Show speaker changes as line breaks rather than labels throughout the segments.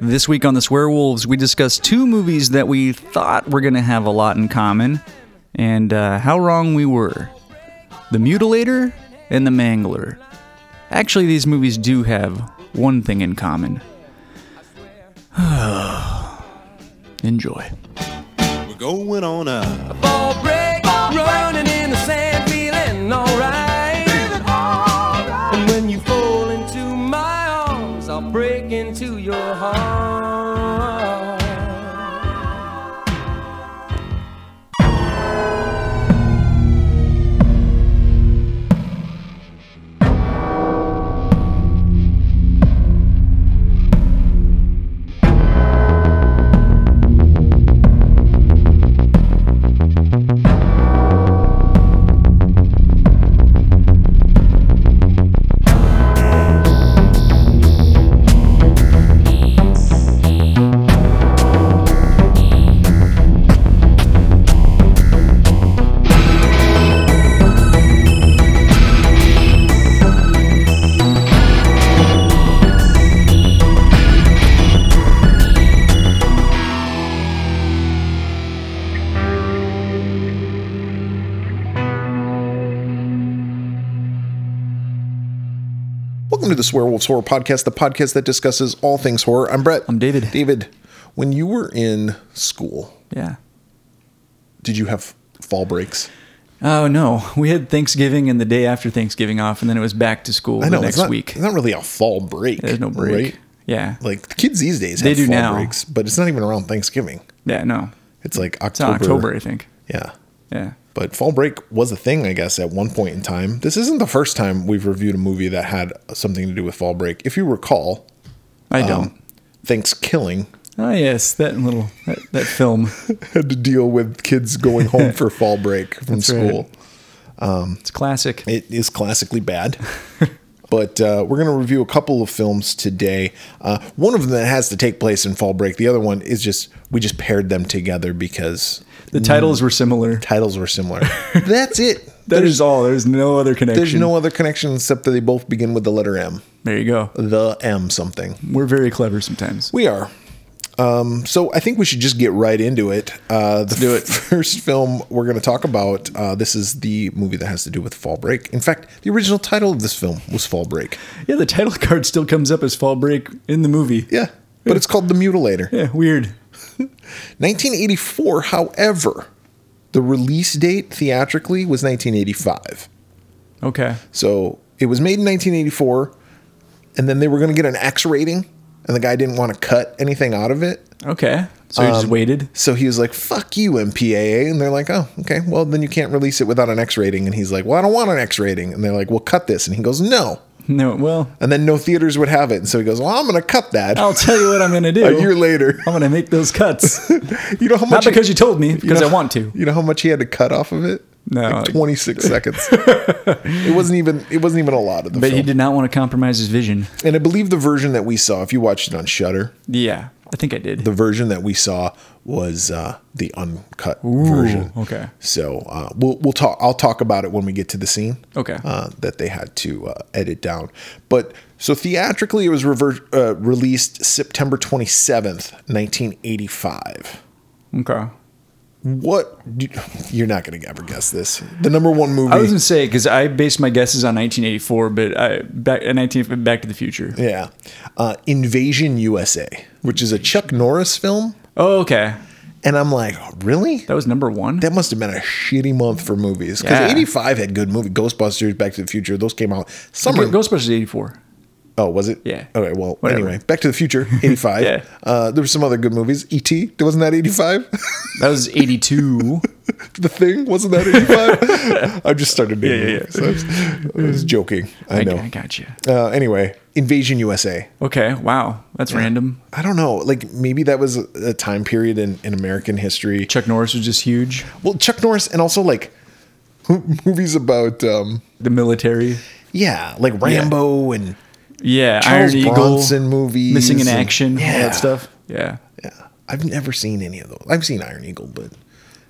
This week on The Swear Wolves, we discussed two movies that we thought were going to have a lot in common and uh, how wrong we were The Mutilator and The Mangler. Actually, these movies do have one thing in common. Enjoy.
We're going on up.
Ball break, running in the sand, feeling alright. And when you fall into my arms, I'll break into your heart.
Welcome to the Swearwolves Horror Podcast, the podcast that discusses all things horror. I'm Brett.
I'm David.
David, when you were in school,
Yeah.
did you have fall breaks?
Oh no, we had Thanksgiving and the day after Thanksgiving off, and then it was back to school the
it's
next
not,
week.
It's not really a fall break.
There's no break. Yeah,
Like the kids these days
They
have
do
fall
now.
breaks, but it's not even around Thanksgiving.
yeah, no,
It's like
it's not
October.
October, I think.
Yeah.
Yeah,
But fall break was a thing, I guess, at one point in time. This isn't the first time we've reviewed a movie that had something to do with fall break. If you recall,
I
Um,
don't.
Thanksgiving
oh yes, that little that, that film.
had to deal with kids going home for fall break from
That's right.
school.
It's classic.
It is classically bad. but uh, we're going to review a couple of films today. Uh, one of them that has to take place in fall break. The other one is just, we just paired them together because
The titles were similar.
titles were similar. That's it.
That is all. There's no other connection.
There's no other connection except that they both begin with the letter M.
There you go.
The M something.
We're very clever sometimes.
We are. Um, so I think we should just get right into it. Uh, the
do it.
First film we're going to talk about. Uh, this is the movie that has to do with fall break. In fact, the original title of this film was Fall Break.
Yeah, the title card still comes up as Fall Break in the movie.
Yeah. But it's called The Mutilator.
Yeah, weird.
1984, however, the release date theatrically was 1985.
Okay.
So it was made in 1984, and then they were going to get an X rating, and the guy didn't want to cut anything out of it.
Okay. Um, So you just waited.
So he was like, fuck you, MPAA. And they're like, oh, okay, well, then you can't release it without an X rating. And he's like, well, I don't want an X rating. And they're like, well, cut this. And he goes, no.
No. Well,
And then no theaters would have it. And so he goes, well, I'm going to cut that
I'll tell you what I'm gonna do.
a year later.
I'm gonna make those cuts.
you know how much
Not
he-
because you told me, because
know-
I want to.
You know how much he had to cut off of it?
No,
like
like-
26 seconds. It wasn't even it wasn't even a lot of the
But
film.
he did not want to compromise his vision.
And I believe the version that we saw, if you watched it on Shutter,
Yeah, I think I did.
the version that we saw was uh, the uncut version.
okay.
So uh, we'll we'll talk. I'll talk about it when we get to the scene.
Okay.
Uh, that they had to uh, edit down, but so theatrically it was rever- uh, released September twenty seventh, nineteen eighty five.
okay.
What do, you're not going to ever guess this. The number one movie.
I was gonna say because I based my guesses on 1984, but I back in 19 Back to the Future.
yeah, uh, Invasion USA, which is a Chuck Norris film,
Oh, okay.
and I'm like, really?
That was number one.
That must have been a shitty month for movies because
Yeah.
'85 had good movies. Ghostbusters, Back to the Future, those came out summer.
Ghostbusters 84.
Oh, was it?
Yeah.
Okay. Well,
Whatever.
anyway, Back to the Future, '85.
Yeah.
uh, there were some other good movies. E.T. Wasn't that '85?
That was 82.
the Thing wasn't that '85? I just started naming.
Yeah, yeah, yeah.
movies. I was, I was joking. I,
I,
know.
I got you.
Uh, anyway, Invasion USA.
Okay. Wow. That's random.
I don't know. Like maybe that was a- a time period in, in American history.
Chuck Norris was just huge.
Well, Chuck Norris, and also like movies about um,
The military.
yeah, like Rambo and
Yeah.
Charles
Iron Eagle.
Bronson movies,
Missing in
and-
action. All
Yeah.
that stuff. Yeah.
yeah. I've never seen any of those. I've seen Iron Eagle, but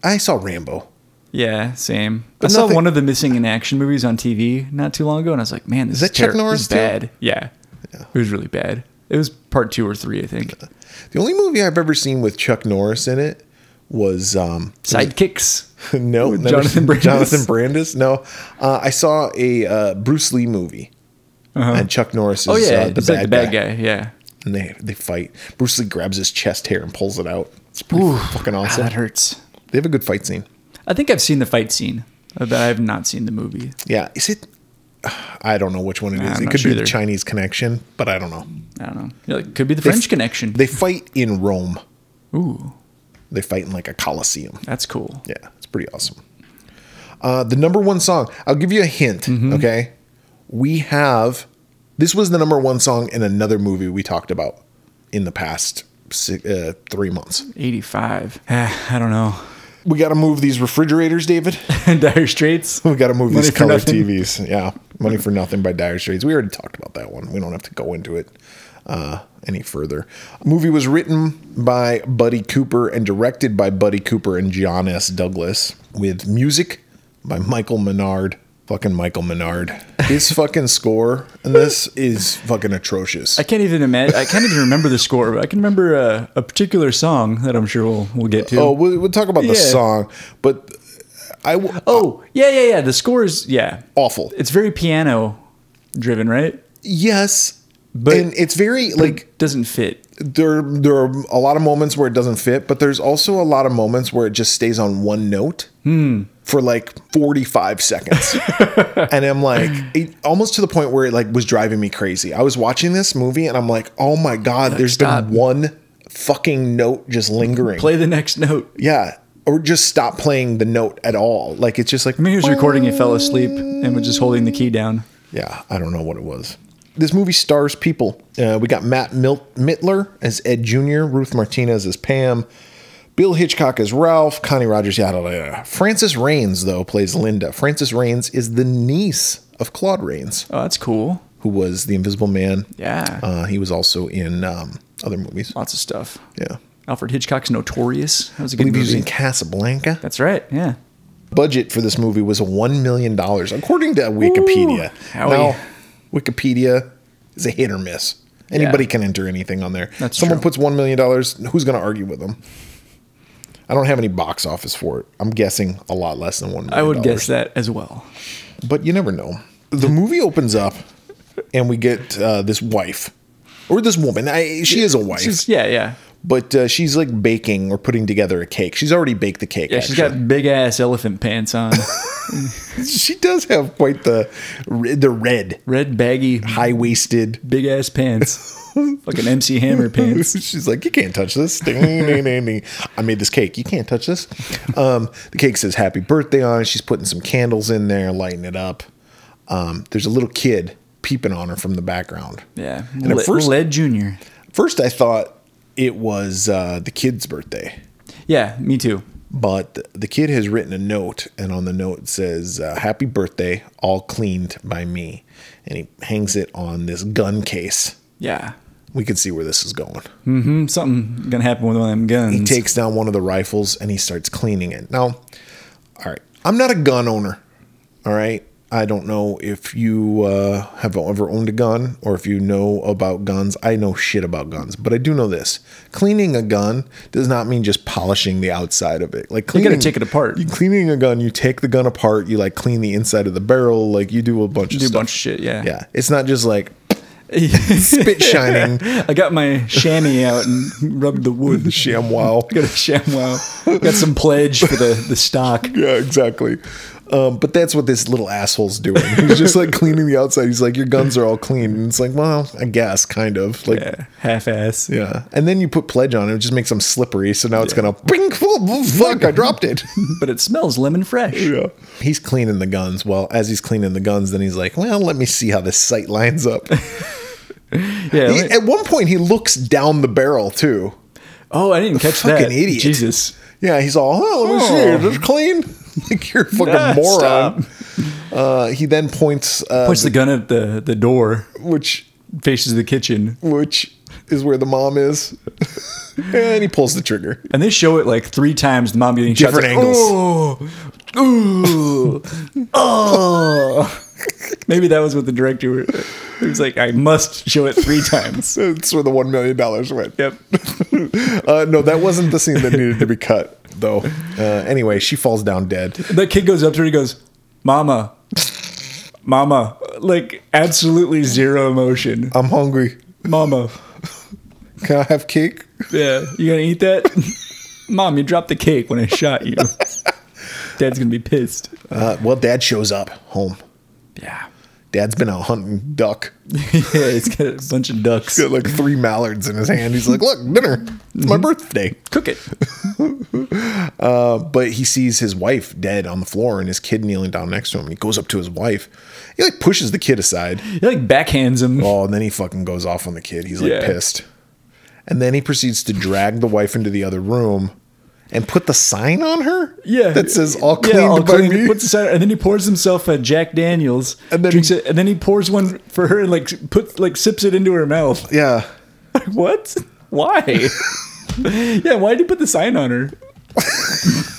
I saw Rambo.
Yeah. Same.
But
I saw
nothing-
one of the missing in action movies on TV not too long ago, and I was like, man, this is,
that Chuck
terri- this
Norris
is
too?
bad. Yeah. It was really bad. It was part two or three, I think.
The only movie I've ever seen with Chuck Norris in it was um,
Sidekicks.
no
With
never
Jonathan
seen-
Brandis.
Jonathan Brandis. No, uh, I saw a uh, Bruce Lee movie, and Chuck Norris is
Oh yeah,
uh, the,
it's
bad
like the bad guy. Yeah.
and they they fight. Bruce Lee grabs his chest hair and pulls it out. It's pretty fucking
Ah,
awesome.
that hurts.
They have a good fight scene.
I think I've seen the fight scene, uh, but I've not seen the movie.
Yeah, is it? I don't know which one it
I'm
is. It
not
could
sure
be the
either.
Chinese Connection, but I don't know.
I don't know. Yeah, it could be the French Connection.
They fight in Rome.
Ooh,
They fight in like a coliseum.
that's cool.
Yeah, it's pretty awesome. Uh, the number one song. I'll give you a hint.
Mm-hmm.
Okay, we have. This was the number one song in another movie we talked about in the past si uh, three months.
85. Ah, I don't know.
We got to move these refrigerators, David.
Dire Straits.
We got to move
Money
these
for
color
Nothing.
TVs. Yeah, money for nothing by Dire Straits. We already talked about that one. We don't have to go into it uh, any further. Movie was written by Buddy Cooper and directed by Buddy Cooper and John S. Douglas, with music by Michael Menard. Fucking Michael Menard. His fucking score in this is fucking atrocious.
I can't even imagine. I can't even remember the score. But I can remember uh, a particular song that I'm sure we'll we'll get to.
Oh, we'll, we'll talk about the
Yeah.
song, but I w-
oh, yeah, yeah, yeah. The score is yeah.
awful.
It's very piano driven, right?
Yes,
But-
and it's very like.
Like doesn't fit.
there there are a lot of moments where it doesn't fit, but there's also a lot of moments where it just stays on one note
Hmm.
for like 45 seconds. and I'm like it, almost to the point where it like was driving me crazy. I was watching this movie and I'm like, "Oh my god, there's
stop.
been one fucking note just lingering."
Play the next note.
Yeah, or just stop playing the note at all. Like it's just like
I mean, he was recording. He fell asleep and was just holding the key down.
yeah, I don't know what it was. This movie stars people. Uh, we got Matt Mil- Mittler as Ed Jr., Ruth Martinez as Pam, Bill Hitchcock as Ralph, Connie Rogers, yada, yada, yada. Frances Raines, though, plays Linda. Frances Raines is the niece of Claude Rains,
Oh, that's cool.
who was the Invisible Man.
Yeah,
Uh, he was also in um, other movies.
lots of stuff.
Yeah.
Alfred Hitchcock's Notorious. That was a
I
good
believe he was
movie.
in Casablanca.
That's right. Yeah.
budget for this movie was $1 million, according to Wikipedia.
Ooh,
now,
howie.
Wikipedia is a hit or miss. Anybody can enter anything on there.
That's
Someone
true.
puts $1 million, who's going to argue with them? I don't have any box office for it. I'm guessing a lot less than one million.
I would guess that as well.
But you never know. The movie opens up, and we get uh, this wife. Or this woman, I, she is a wife,
She's- yeah, yeah.
but uh, she's like baking or putting together a cake. She's already baked the cake.
Yeah, she's got big ass elephant pants on.
she does have quite the the red
Red baggy
high waisted.
big ass pants. Fucking MC Hammer pants.
She's like, you can't touch this. Ding, ding, ding, ding. I made this cake. You can't touch this. Um, the cake says happy birthday on it. She's putting some candles in there, lighting it up. Um, there's a little kid peeping on her from the background.
Yeah.
And at
Le-
first-
Led Junior.
First, I thought it was uh, the kid's birthday,
Yeah, me too.
but the kid has written a note, and on the note it says, uh, Happy birthday, all cleaned by me. And he hangs it on this gun case.
Yeah.
We can see where this is going.
Mm, Something gonna happen with one of them guns.
He takes down one of the rifles and he starts cleaning it. Now, all right, I'm not a gun owner. All right, I don't know if you uh, have ever owned a gun or if you know about guns. I know shit about guns, but I do know this: cleaning a gun does not mean just polishing the outside of it. Like
gotta
cleaning,
take it apart.
You cleaning a gun, you take the gun apart, you like clean the inside of the barrel, like you do a bunch of
do a
stuff.
bunch of shit. Yeah.
yeah, it's not just like
Yeah.
spit shining.
I got my chamois out and rubbed the wood.
Sham wow.
Got a chamois. Got some pledge for the, the stock.
Yeah, exactly. Um, but that's what this little asshole's doing. He's just like cleaning the outside. He's like, your guns are all clean. And it's like, well, I guess, kind of. Like, yeah.
Yeah. Half ass.
And then you put pledge on it, it just makes them slippery. So now it's gonna bing, oh, fuck, I dropped it.
But it smells lemon fresh.
yeah. He's cleaning the guns. Well, as he's cleaning the guns, then he's like, well, let me see how this sight lines up.
Yeah.
He-
let-
at one point, he looks down the barrel too.
oh, I didn't catch that.
fucking idiot.
Jesus.
Yeah, he's all, oh, let me see,
Oh.
is this clean? like you're a fucking
Nah,
moron. Uh, he then points, uh,
Puts the gun at the, the door.
which
Faces the kitchen.
which is where the mom is. and he pulls the trigger.
And they show it like three times. The mom getting
Different
shot. It's like, Oh, ooh, oh. Maybe that was what the director It was like, I must show it three times.
That's where the one million dollars went.
Yep.
Uh, no, that wasn't the scene that needed to be cut, though. Uh, anyway, she falls down dead.
That kid goes up to her and goes, Mama, Mama. Like, absolutely zero emotion.
I'm hungry.
Mama.
Can I have cake?
Yeah. You gonna eat that? Mom, you dropped the cake when I shot you. Dad's gonna be pissed.
Uh, well, Dad shows up home.
Yeah.
Dad's been out hunting duck.
yeah, it's got a bunch of ducks.
Got like three mallards in his hand. He's like, "Look, dinner. It's my birthday."
Cook it.
But he sees his wife dead on the floor and his kid kneeling down next to him. He goes up to his wife. He like pushes the kid aside.
He like backhands him.
Oh, and then he fucking goes off on the kid. He's like
Yeah.
pissed. And then he proceeds to drag the wife into the other room and put the sign on her?
Yeah,
That says all
Yeah,
cleaned
all
by
cleaned.
me.
Puts the cider- and then he pours himself a Jack Daniels, and
And then-
then drinks it, and then he pours one for her and like put like sips it into her mouth.
yeah.
What? Why? yeah, why did he put the sign on her?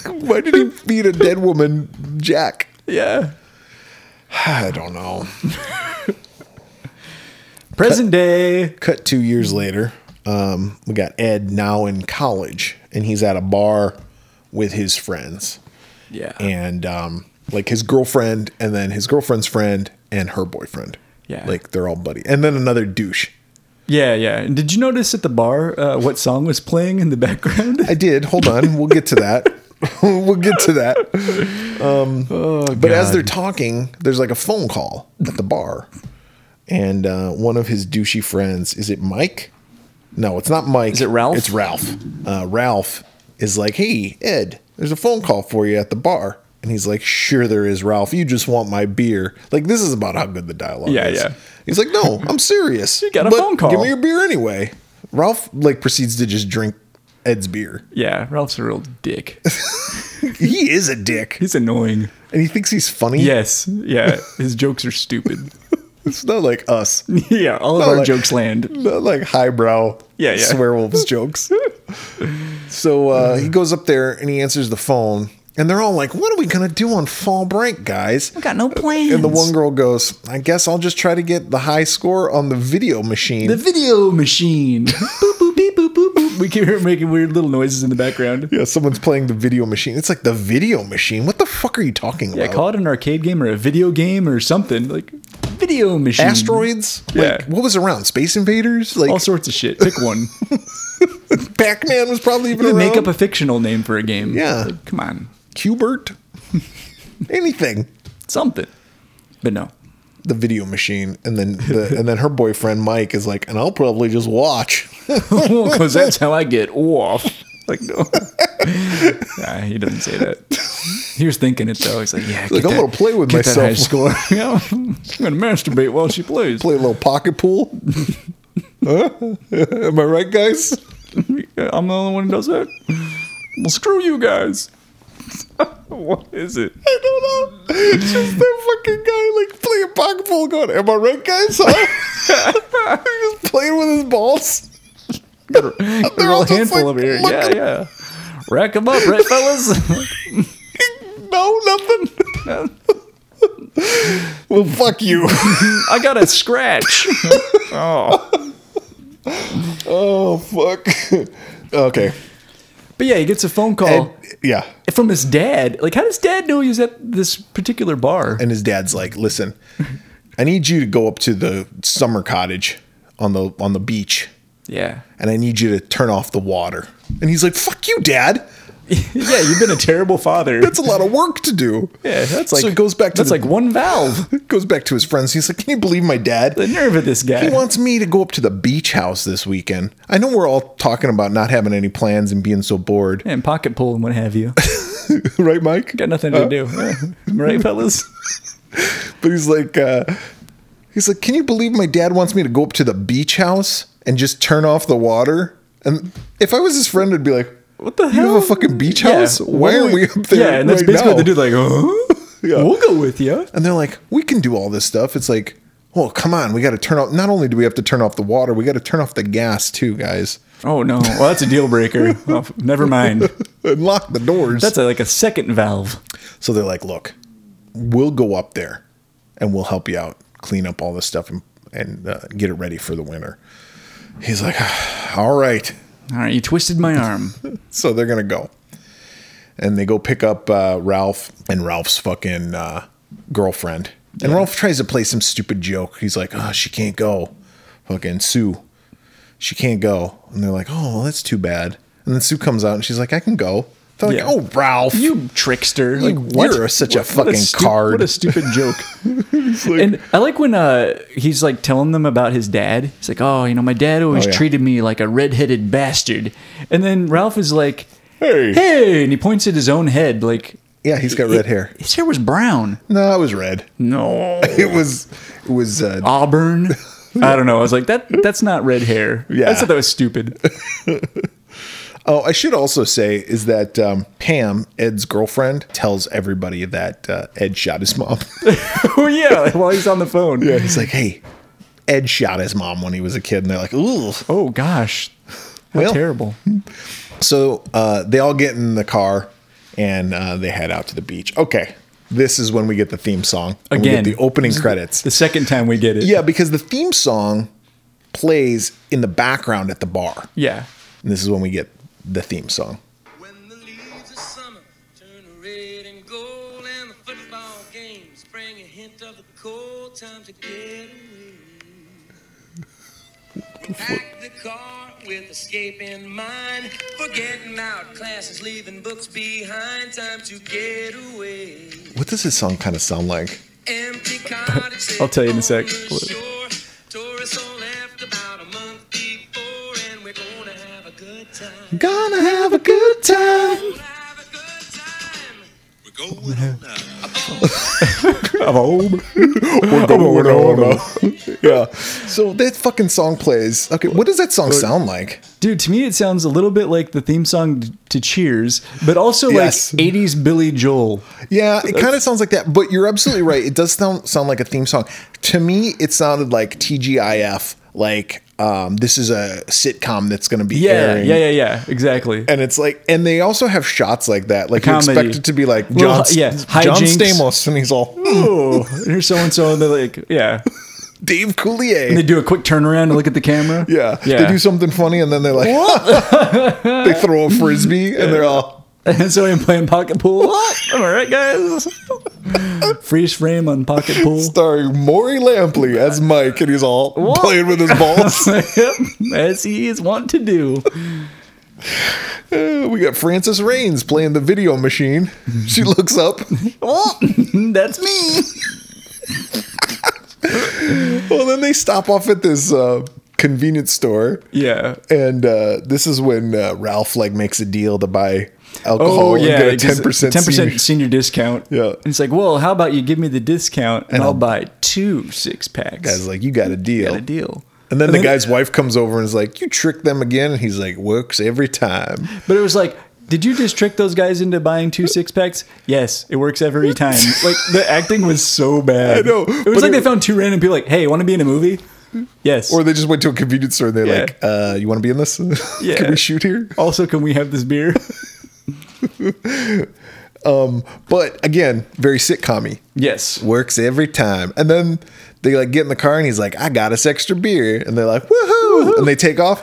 Why did he feed a dead woman Jack?
Yeah.
I don't know.
Present day.
Cut two years later. Um, we got Ed now in college and he's at a bar with his friends.
Yeah.
and um, like his girlfriend, and then his girlfriend's friend, and her boyfriend.
Yeah.
like they're all buddy, and then another douche.
yeah, yeah. And Did you notice at the bar uh, what song was playing in the background?
I did. Hold on, we'll get to that. we'll get to that.
Oh,
Um, but as they're talking, there's like a phone call at the bar, and uh, one of his douchey friends is it Mike? No, it's not Mike. Is
it Ralph?
It's Ralph. Uh, Ralph is like, "Hey, Ed, there's a phone call for you at the bar." And he's like, sure, there is, Ralph. You just want my beer. Like, this is about how good the dialogue
Yeah,
is.
yeah.
He's like, no, I'm serious. you
got a phone call.
Give me your beer anyway. Ralph, like, proceeds to just drink Ed's beer
yeah, Ralph's a real dick.
he is a dick
He's annoying.
and he thinks he's funny
Yes. Yeah. His jokes are stupid.
it's not like us
yeah, all of
No,
our
like-
jokes land.
not like highbrow
Yeah, yeah.
swearwolves jokes so uh, he goes up there and he answers the phone and they're all like what are we gonna do on fall break guys
Got no plans.
and the one girl goes i guess i'll just try to get the high score on the video machine
The video machine. boop, boop, beep, boop, boop, boop. We can hear it making weird little noises in the background.
yeah someone's playing the video machine it's like the video machine what the fuck are you talking
Yeah,
about
call it an arcade game or a video game or something. Like, video machine.
asteroids
Yeah.
like what was around space invaders like
All sorts of shit. Pick one.
pac-man was probably even
You
around.
make up a fictional name for a game.
Yeah.
Like, come on.
Cubert, anything.
Something. But no.
The video machine, and then the, and then her boyfriend Mike is like, and I'll probably just watch.
Because that's how I get off. Like, no. nah, he doesn't say that. He was thinking it, though. He's like, yeah,
Like,
get
I'm
that-
gonna play with
get that high
myself.
score. yeah, I'm going to masturbate while she plays.
Play a little pocket pool. Huh? Am I right, guys?
I'm the only one who does that. Well, screw you guys. what is it?
I don't know. It's just that fucking guy like playing pocket pool, going, "Am I right, guys?" Huh? He's just playing with his balls. They're
They're all
all just,
handful
like,
over here. Yeah,
looking.
yeah. Rack them up, right, fellas?
No, nothing. well, fuck you.
I got a scratch. oh.
oh, fuck. okay.
But yeah, he gets a phone call
And- yeah.
from his dad. Like, how does dad know he's at this particular bar?
and his dad's like, "Listen, I need you to go up to the summer cottage on the on the beach,
Yeah.
and I need you to turn off the water." And he's like, "Fuck you, dad.
Yeah, you've been a terrible father.
That's a lot of work to do."
yeah, that's like
so. He goes back to
that's
the,
like one valve.
goes back to his friends. He's like, "Can you believe my dad?"
The nerve of this guy.
He wants me to go up to the beach house this weekend. I know we're all talking about not having any plans and being so bored,
and pocket pull and what have you.
right, Mike?
Got nothing to do. Yeah. Right, fellas?
But he's like, uh, he's like, can you believe my dad wants me to go up to the beach house and just turn off the water? And if I was his friend, I'd be like,
What the
you
hell?
have a fucking beach house?
Yeah,
Why are we up there?
Yeah, and that's
right
basically
now?
what they do. Like, huh?
Yeah.
we'll go with you.
And they're like, we can do all this stuff. It's like, well, come on, we got to turn off. Not only do we have to turn off the water, we got to turn off the gas too, guys,
Oh no, well that's a deal breaker. Oh, f- never mind.
and lock the doors.
That's a, like a second valve.
so they're like, look, we'll go up there and we'll help you out, clean up all this stuff and and uh, get it ready for the winter. He's like, "Ah, all right.
All right, you twisted my arm.
So they're going to go. And they go pick up uh, Ralph and Ralph's fucking uh, girlfriend. And Ralph tries to play some stupid joke. He's like, oh, she can't go. Fucking Sue. She can't go. And they're like, oh, well, that's too bad. And then Sue comes out and she's like, I can go. They're like,
Yeah.
oh, Ralph.
you trickster! Like
You-
what?
you're such a
What-
fucking
stu-
card.
What a stupid joke. and I like when uh, he's like telling them about his dad. He's like, "Oh, you know, my dad always
Oh, yeah.
treated me like a redheaded bastard," and then Ralph is like,
Hey.
hey," and he points at his own head like.
Yeah, he's got red hair.
His hair was brown.
No, it was red.
No,
It was, it was, uh,
auburn. I don't know. I was like, that. That's not red hair.
Yeah.
I thought that was stupid.
Oh, I should also say is that um, Pam, Ed's girlfriend, tells everybody that uh, Ed shot his mom.
oh yeah, while he's on the phone.
He's like, hey, Ed shot his mom when he was a kid. And they're like, ooh.
Oh gosh, how
Well-
terrible.
So uh, they all get in the car and uh, they head out to the beach. Okay. This is when we get the theme song. and we get
Again.
the opening credits.
The second time we get it.
yeah, because the theme song plays in the background at the bar.
Yeah.
And this is when we get the theme song.
When the leaves of summer turn red and gold, and the football games bring a hint of the cold time to get away. We Pack the car with escape in mind, forgetting out classes, leaving books behind. Time to get away.
What does this song kind of sound like?
Empty cottage.
I'll tell you in a sec.
on the shore. Tourists all left about a month before, and we're gonna have a good time.
Gonna have a good time.
Gonna have a good time.
We're going on up.
I'm home. We're going on. yeah. So that fucking song plays. Okay, what does that song sound like?
Dude, to me it sounds a little bit like the theme song to Cheers, but also
Yes.
like 80s Billy Joel.
Yeah, it kind of sounds like that. But you're absolutely right. It does sound sound like a theme song. To me, it sounded like TGIF. Like um, this is a sitcom that's going to be
Yeah,
airing.
yeah, yeah, yeah, exactly.
And it's like, and they also have shots like that. Like you
Comedy.
expect it to be like
Little-
John, S-
yeah,
John
hijinks.
Stamos, and he's all "Hmm,
Oh, here's so and so, and they're like, yeah.
Dave Coulier.
They do a quick turnaround and look at the camera.
yeah,
yeah.
they do something funny, and then they're like, they throw a frisbee, and they're all.
And so I'm playing pocket pool. Am I right, guys? Freeze frame on pocket pool.
starring Maury Lampley as Mike, and he's all playing with his balls.
yep, as he is wont to do.
Uh, we got Frances Raines playing the video machine. She looks up.
Oh, that's me.
Well, then they stop off at this uh, convenience store,
Yeah.
and uh, this is when uh, Ralph like makes a deal to buy alcohol
Oh yeah,
and get a ten percent.
senior. discount.
Yeah.
and it's like, well, how about you give me the discount and, I'll, buy two six packs.
Guys, like you got a deal.
got a deal.
And then the guy's wife comes over and is like, "You tricked them again." And he's like, "Works every time."
But it was like, did you just trick those guys into buying two six packs? Yes, it works every time. like the acting was so bad. I
know,
It
but
was like
it-
they found two random people. Like, hey, want to be in a movie? Yes.
Or they just went to a convenience store and they're
Yeah.
like, uh, "You want to be in this?
Yeah.
Can we shoot here?"
also, can we have this beer?
But again, very sitcom
yes.
works every time. And then they like get in the car and he's like, I got us extra beer. And they're like, woohoo. And they take off.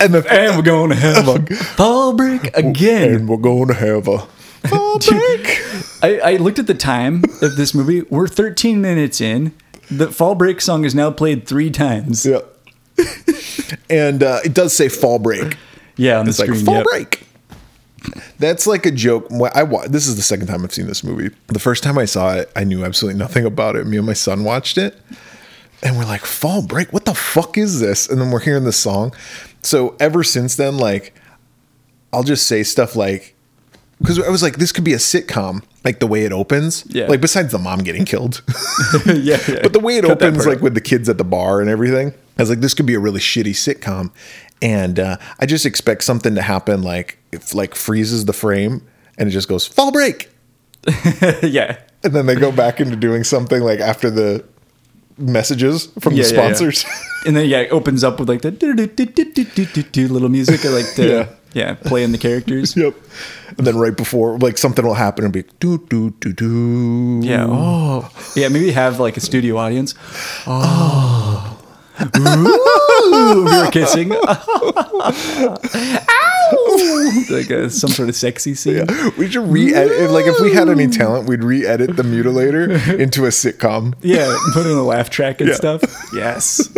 And the
And we're going to have a fall break again.
and we're going to have a fall break.
I, I looked at the time of this movie. We're 13 minutes in. The fall break song is now played three times.
yeah. And uh, it does say fall break.
Yeah, on
It's
the
like
screen.
fall
yep.
break. That's like a joke. Wh- I wa- this is the second time I've seen this movie. The first time I saw it, I knew absolutely nothing about it. Me and my son watched it, and we're like, "Fall break? What the fuck is this?" And then we're hearing this song. So ever since then, like, I'll just say stuff like, because I was like, this could be a sitcom, like the way it opens.
Yeah.
Like besides the mom getting killed,
yeah, yeah.
but the way it
Cut that
opens,
part
like with the kids at the bar and everything, I was like, this could be a really shitty sitcom. And uh, I just expect something to happen, like if like freezes the frame and it just goes fall break,
out. yeah.
and then they go back into doing something like after the messages from
Yeah,
the
yeah, yeah.
sponsors.
And then yeah, it opens up with like the do-do-do-do-do-do-do little music, I like the
Yeah.
yeah, playing the characters.
yep. And then right before, like something will happen and be do do do do.
Yeah. Oh. Yeah. Maybe have like a studio audience. Oh. Ooh, we were kissing. Ow! Like uh, some sort of sexy scene.
We should re-edit. If, like if we had any talent, we'd re-edit the mutilator into a sitcom
Yeah, put in a laugh track and
Yeah.
stuff. Yes.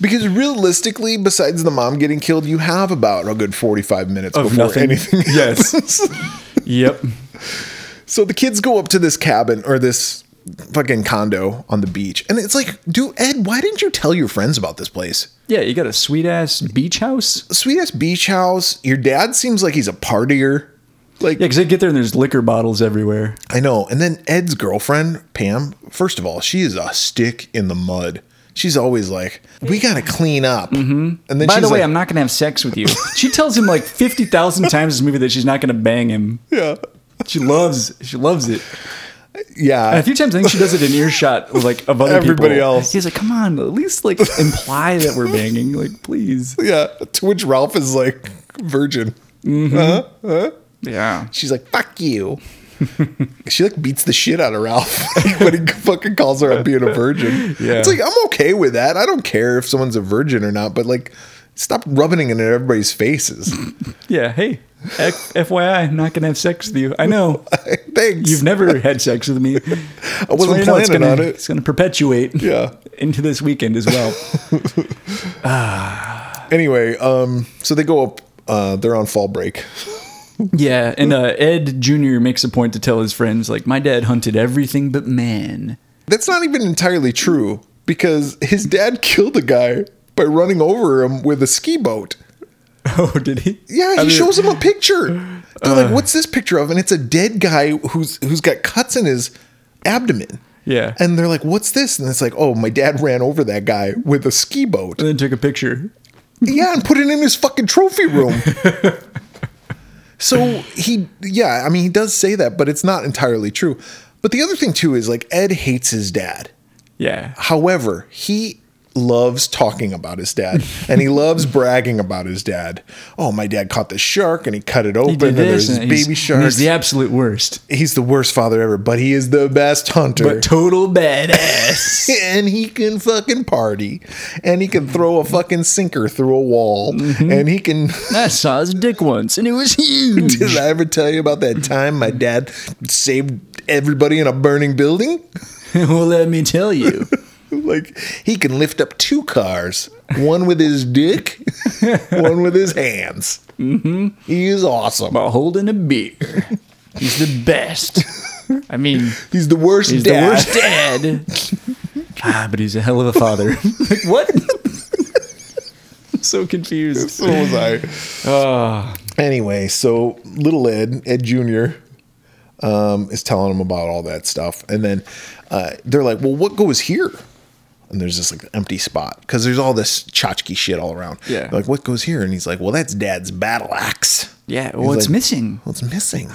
because realistically, besides the mom getting killed, you have about a good forty-five minutes
Of
before
nothing.
anything.
Yes.
happens.
Yep.
So the kids go up to this cabin or this fucking condo on the beach, and it's like, dude, Ed, why didn't you tell your friends about this place?
Yeah, you got a sweet ass beach house.
Sweet ass beach house. Your dad seems like he's a partier. Like
Yeah, because they get there and there's liquor bottles everywhere.
I know. And then Ed's girlfriend, Pam, first of all, she is a stick in the mud. She's always like, we got to clean up. Mm-hmm. And then
By
she's
the way,
like,
I'm not gonna have sex with you. She tells him like fifty thousand times this movie that she's not gonna bang him.
yeah.
She loves she loves it.
Yeah.
A few times I think she does it in earshot like of other
Everybody
people.
else.
He's like, come on, at least like imply that we're banging. Like, please.
yeah. To which Ralph is like, virgin.
Yeah.
She's like, fuck you. she like beats the shit out of Ralph when he fucking calls her up being a virgin.
Yeah.
It's like, I'm okay with that. I don't care if someone's a virgin or not, but like, stop rubbing it in everybody's faces.
Yeah. Hey, F- FYI, not gonna have sex with you. I know
Thanks.
you've never had sex with me. I
wasn't
it's
planning
gonna,
on it.
It's gonna perpetuate.
Yeah.
Into this weekend as well.
anyway, um, so they go up. Uh, they're on fall break.
Yeah, and uh, Ed Jr. makes a point to tell his friends, like, my dad hunted everything but man.
That's not even entirely true because his dad killed a guy by running over him with a ski boat.
Oh, did he?
Yeah, he
I mean- uh,
shows him a picture. They're like, "What's this picture of?" And it's a dead guy who's who's got cuts in his abdomen.
Yeah. And
And they're like, "What's this?" And it's like, "Oh, my dad ran over that guy with a ski boat."
then took a picture.
yeah, and put it in his fucking trophy room. so he, yeah, I mean, he does say that, but it's not entirely true. But the other thing too is like Ed hates his dad.
Yeah.
However, he loves talking about his dad and he loves bragging about his dad. Oh, my dad caught the shark and he cut it open
He did
and
this,
there's this
and he's-
baby
and
shark.
He's
He's
the
the,
absolute worst.
worst father ever, but he is the best hunter.
But total badass.
and he can fucking party and he can throw a fucking sinker through a wall
Mm-hmm.
and he can
I saw his dick once, and it was huge.
Did I ever tell you about that time my dad saved everybody in a burning building?
well, let me tell you.
Like he can lift up two cars, one with his dick, one with his hands. Mm-hmm. He is awesome.
While holding a beer, he's the best. I mean,
He's the worst
he's
dad.
the worst dad. ah, but he's a hell of a father. like, what? I'm so confused. Ah.
So was I. Anyway, so little Ed, Ed Junior, um, is telling him about all that stuff, and then uh, they're like, "Well, what goes here?" And there's this like empty spot because there's all this tchotchke shit all around.
Yeah.
They're like what goes here? And he's like, "Well, that's Dad's battle axe.
Yeah,
He's
well, it's
like,
missing.
What's missing?"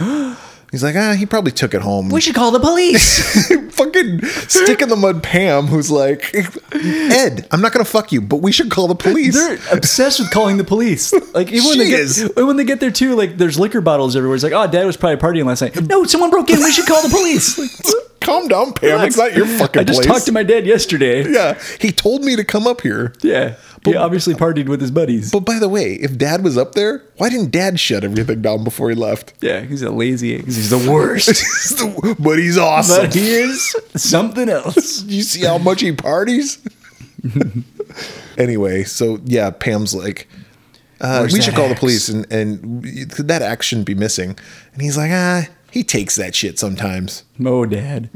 He's like, ah, he probably took it home.
We should call the police.
fucking stick in the mud Pam, who's like, Ed, I'm not gonna fuck you, but we should call the police.
They're obsessed with calling the police. Like even when
She
they get
is.
and when they get there too, like there's liquor bottles everywhere. It's like, oh, dad was probably partying last night. No, someone broke in. We should call the police. Like,
Calm down, Pam. It's not your fucking
I just
place.
talked to my dad yesterday.
Yeah, he told me to come up here.
Yeah, he obviously partied with his buddies.
But by the way, if Dad was up there, why didn't Dad shut everything down before he left?
yeah, he's a lazy. He's the worst.
He's the- but he's awesome.
but he is something else.
you see how much he parties? anyway, so yeah, Pam's like, uh,
Where's
we
that
should call the
axe?
police, and and that axe shouldn't be missing. And he's like, ah, he takes that shit sometimes.
Oh, dad.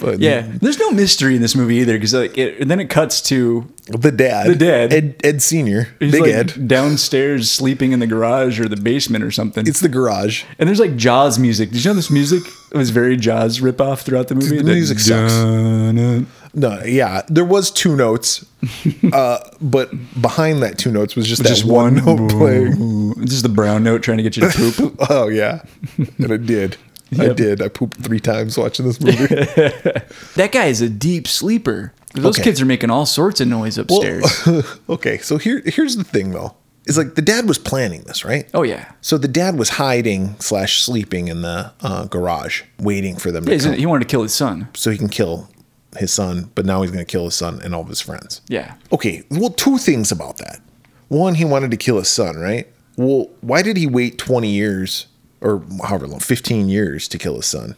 But
Yeah, there's no mystery in this movie either because like it, and then it cuts to
the dad,
The dad.
Ed, Ed Senior,
he's
Big
like
Ed.
downstairs sleeping in the garage or the basement or something.
It's the garage.
And there's like Jaws music. Did you know this music was very Jaws ripoff throughout the movie?
The music sucks.
Dun-
No, yeah, there was two notes, uh, but behind that two notes was just that
Just
one,
one
note playing.
Just the brown note trying to get you to poop.
Oh yeah, and I did. I
Yep.
did. I pooped three times watching this movie.
that guy is a deep sleeper. Those
Okay.
kids are making all sorts of noise upstairs.
okay, so here here's the thing though. Is like the dad was planning this, right?
oh yeah.
So the dad was hiding slash sleeping in the uh, garage, waiting for them to
Isn't
come,
it- He wanted to kill his son.
so he can kill his son, but now he's going to kill his son and all of his friends.
Yeah.
Okay, well, two things about that. One, he wanted to kill his son, right? Well, why did he wait 20 years or however long, 15 years to kill his son?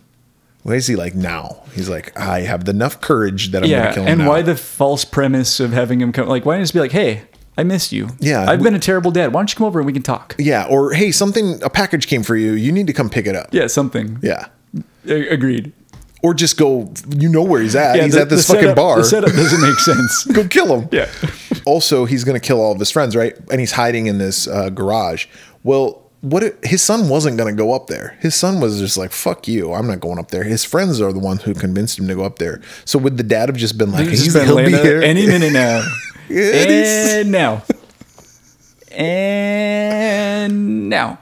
Why is he like now? He's like, I have enough courage that I'm going
Yeah.
to kill him.
And
now.
why the false premise of having him come? Like, why not just be like, hey, I miss you.
Yeah,
I've
we-
been a terrible dad. Why don't you come over and we can talk?
Yeah, or hey, something, a package came for you. You need to come pick it up.
Yeah, something.
Yeah.
A- agreed.
Or just go, you know where he's at.
Yeah,
Uh, he's
the-
at this
the
fucking
setup-
bar.
The setup doesn't make sense.
go kill him.
Yeah.
also, he's going to kill all of his friends, right? And he's hiding in this uh, garage. Well, what if, his son wasn't going to go up there. His son was just like, "Fuck you, I'm not going up there." His friends are the ones who convinced him to go up there. So would the dad have just been like,
He's
"He's
been
he'll be
laying out
here
any minute now.
And he's-
and now. And now.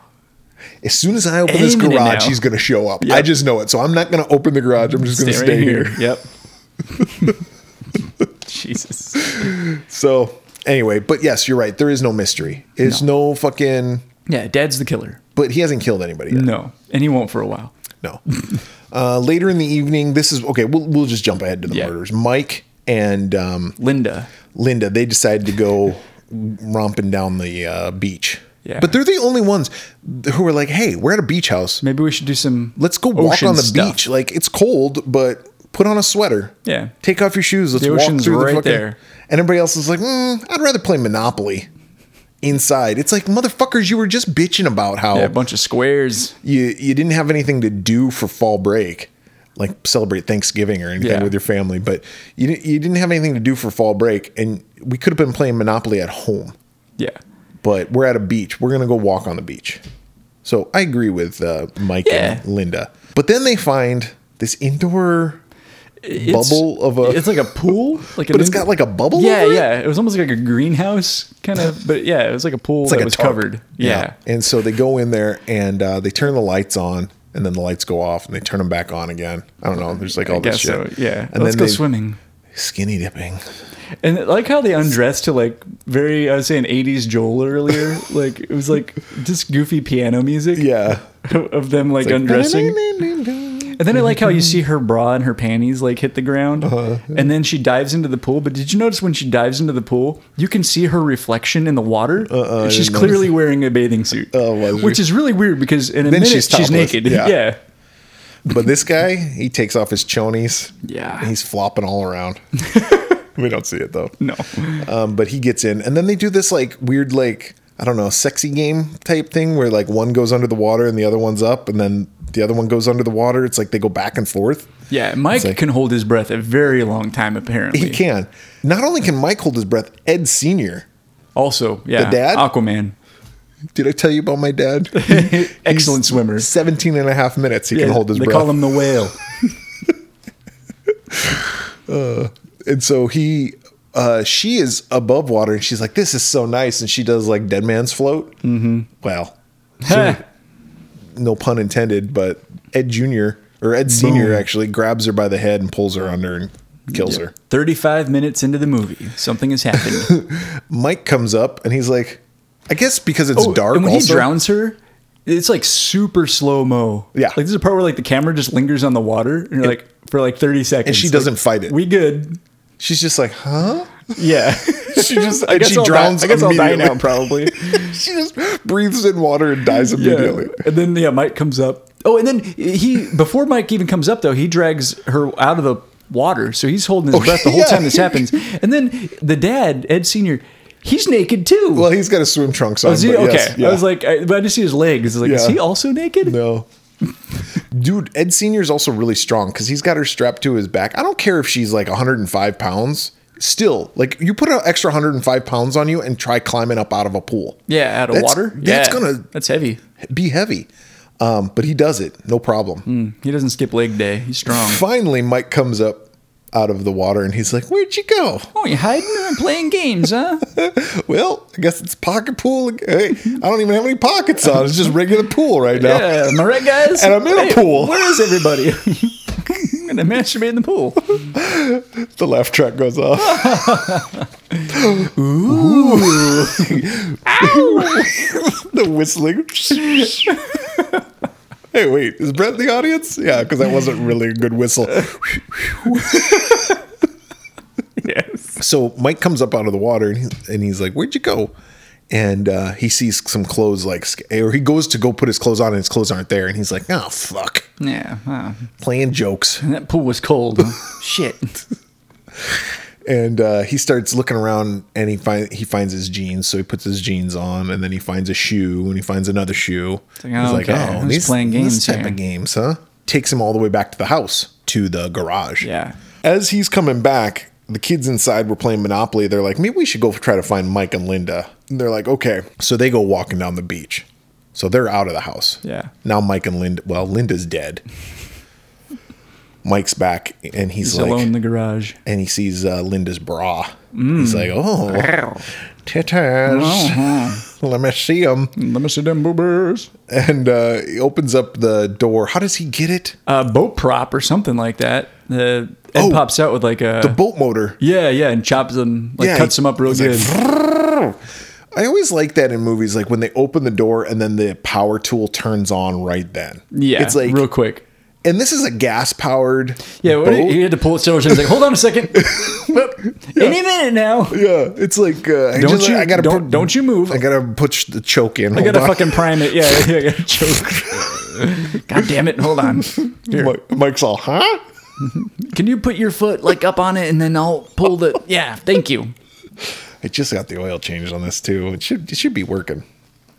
as soon as I open
any
this
minute
garage,
now."
he's going to show up. I
Yep.
just know it. So I'm not going to open the garage. I'm just going to stay here.
Yep. Jesus.
So anyway, but yes, you're right. There is no mystery. It's no fucking.
Yeah, dad's the killer.
But he hasn't killed anybody yet.
No. And he won't for a while.
No. uh, later in the evening, this is okay. We'll we'll just jump ahead to the
Yeah.
murders. Mike and um,
Linda.
Linda they decided to go romping down the uh, beach.
Yeah.
But they're the only ones who are like, "Hey, we're at a beach house.
Maybe we should do some
Let's go walk
ocean
on the
stuff.
beach. Like it's cold, but put on a sweater.
Yeah.
Take off your shoes. Let's
The
walk
ocean's
through the
right
fucking."
there.
And everybody else is like, mm, "I'd rather play Monopoly." Inside, it's like motherfuckers. You were just bitching about how
Yeah, a bunch of squares.
you you didn't have anything to do for fall break, like celebrate Thanksgiving or anything
Yeah.
with your family, but you didn't you didn't have anything to do for fall break, and we could have been playing Monopoly at home,
Yeah.
but we're at a beach. We're gonna go walk on the beach. So I agree with uh, Mike
Yeah.
and Linda, but then they find this indoor,
It's-
Bubble of a-
It's like a pool. Like
but
an
it's
in-
got like a bubble.
Yeah,
over it?
yeah. It was almost like a greenhouse kind of, but yeah, it was like a pool
It's
that
like a
was
tarp.
covered. Yeah.
And so they go in there and uh, they turn the lights on. And then the lights go off, and they turn them back on again. I don't know. There's like all
I
this
guess so.
shit.
Yeah.
And
Let's go
then they-
swimming.
Skinny dipping.
And I like how they undressed to like very, I was saying 80s Joel earlier. like it was like just goofy piano music
Yeah.
of them like, undressing. And then I like how
Mm-hmm.
you see her bra and her panties like hit the ground.
Uh-huh,
And then she dives into the pool. But did you notice when she dives into the pool, you can see her reflection in the water?
Uh-uh, I
She's
didn't notice
clearly wearing a bathing suit.
Oh, was she?
which is really weird because in a
Then
minute
she's
she's,
topless.
naked.
Yeah.
yeah.
But this guy, he takes off his chonies.
Yeah.
And he's flopping all around. we don't see it though.
No.
Um, but he gets in, and then they do this like weird, like I don't know, sexy game type thing where like one goes under the water and the other one's up, and then the other one goes under the water. It's like they go back and forth.
Yeah, Mike
like-
can hold his breath a very long time apparently.
He can. Not only can Mike hold his breath, Ed Senior.
Also, yeah,
The dad?
Aquaman,
Did I tell you about my dad? He's
excellent swimmer.
17 and a half minutes he
Yeah,
can hold his
they
breath.
call him the whale.
and so he uh she is above water and she's like this is so nice and she does like dead man's float mm-hmm. well no pun intended but ed junior or ed senior actually grabs her by the head and pulls her under and kills her
Thirty-five minutes into the movie, something has happened.
mike comes up and he's like i guess because it's
Oh,
dark
and when
also,
he drowns her, it's like super slow mo.
Yeah.
like this is a part where like the camera just lingers on the water, and you're like for like thirty seconds,
she
like,
doesn't fight it.
We good?
she's just like huh
Yeah,
she just
I
and
guess
she
I'll die-
drowns
I guess I'll die
immediately.
now, probably.
she just breathes in water and dies immediately
Yeah. And then yeah, Mike comes up. Oh, and then he before Mike even comes up though, he drags her out of the water. So he's holding his
Oh,
breath the whole
yeah.
time this happens. And then the dad, Ed Senior, he's naked too.
well he's got his swim trunks on
Oh, is he?
but
okay.
yes,
I
yeah.
was like, I, but I just see his legs. I was like, is
Yeah.
he also naked?
No. Dude, Ed Senior's also really strong because he's got her strapped to his back. I don't care if she's like 105 pounds. Still, like you put an extra 105 pounds on you and try climbing up out of a pool.
Yeah, out of
That's-
water.
That's
yeah.
gonna
That's heavy.
be heavy. Um, but he does it, no problem.
He doesn't skip leg day. He's strong.
Finally, Mike comes up out of the water and he's like, "Where'd you go?"
Oh, you hiding and playing games, huh?
Well, I guess it's pocket pool. ag- Hey, I don't even have any pockets on. It's just regular pool right now.
Yeah, am I right, guys?
And I'm in a pool.
Where is everybody? I'm gonna masturbate in the pool.
The laugh track goes off. Ooh. the whistling. hey, wait, is Brett in the audience? Yeah, because that wasn't really a good whistle. So Mike comes up out of the water and, he, and he's like, "Where'd you go?" And uh, he sees some clothes, like, sc- or he goes to go put his clothes on, and his clothes aren't there. And he's like, "Oh fuck,
Yeah. wow.
playing jokes."
That pool was cold. Shit.
and uh, he starts looking around and he find he finds his jeans so he puts his jeans on and then he finds a shoe and he finds another shoe
like, oh, okay, who's playing
this
games
type
here?
of games huh takes him all the way back to the house to the garage
Yeah.
as he's coming back the kids inside were playing monopoly they're like maybe we should go try to find mike and linda and they're like okay so they go walking down the beach so they're out of the house
Yeah.
now mike and linda well linda's dead mike's back and he's,
He's
like
alone in the garage.
and he sees uh, Linda's bra.
Mm.
He's like, "Oh, titties! Let me see them."
Oh, Let me see them boobers.
And uh, he opens up the door. How does he get it?
A boat prop or something like that. The Ed
Oh,
pops out with like a
the boat motor.
yeah, yeah, and chops them, Uh, like
Yeah,
cuts
he-
them up real
he's
good.
like, I always like that in movies, like when they open the door and then the power tool turns on right then.
yeah,
it's like
real quick.
And this is a gas powered.
Yeah, what,
boat?
he had to pull it several times. Like, hold on a second. Any minute now.
yeah. It's like uh, I
Don't
just-
you-
I gotta
don't-
put-
don't you move.
I gotta put the choke in.
I gotta fucking prime it. Yeah, yeah, I gotta choke. God damn it! Hold on. Here,
Mike's all, huh?
can you put your foot like up on it and then I'll pull the? Yeah, thank you.
I just got the oil changed on this too. It should it should be working.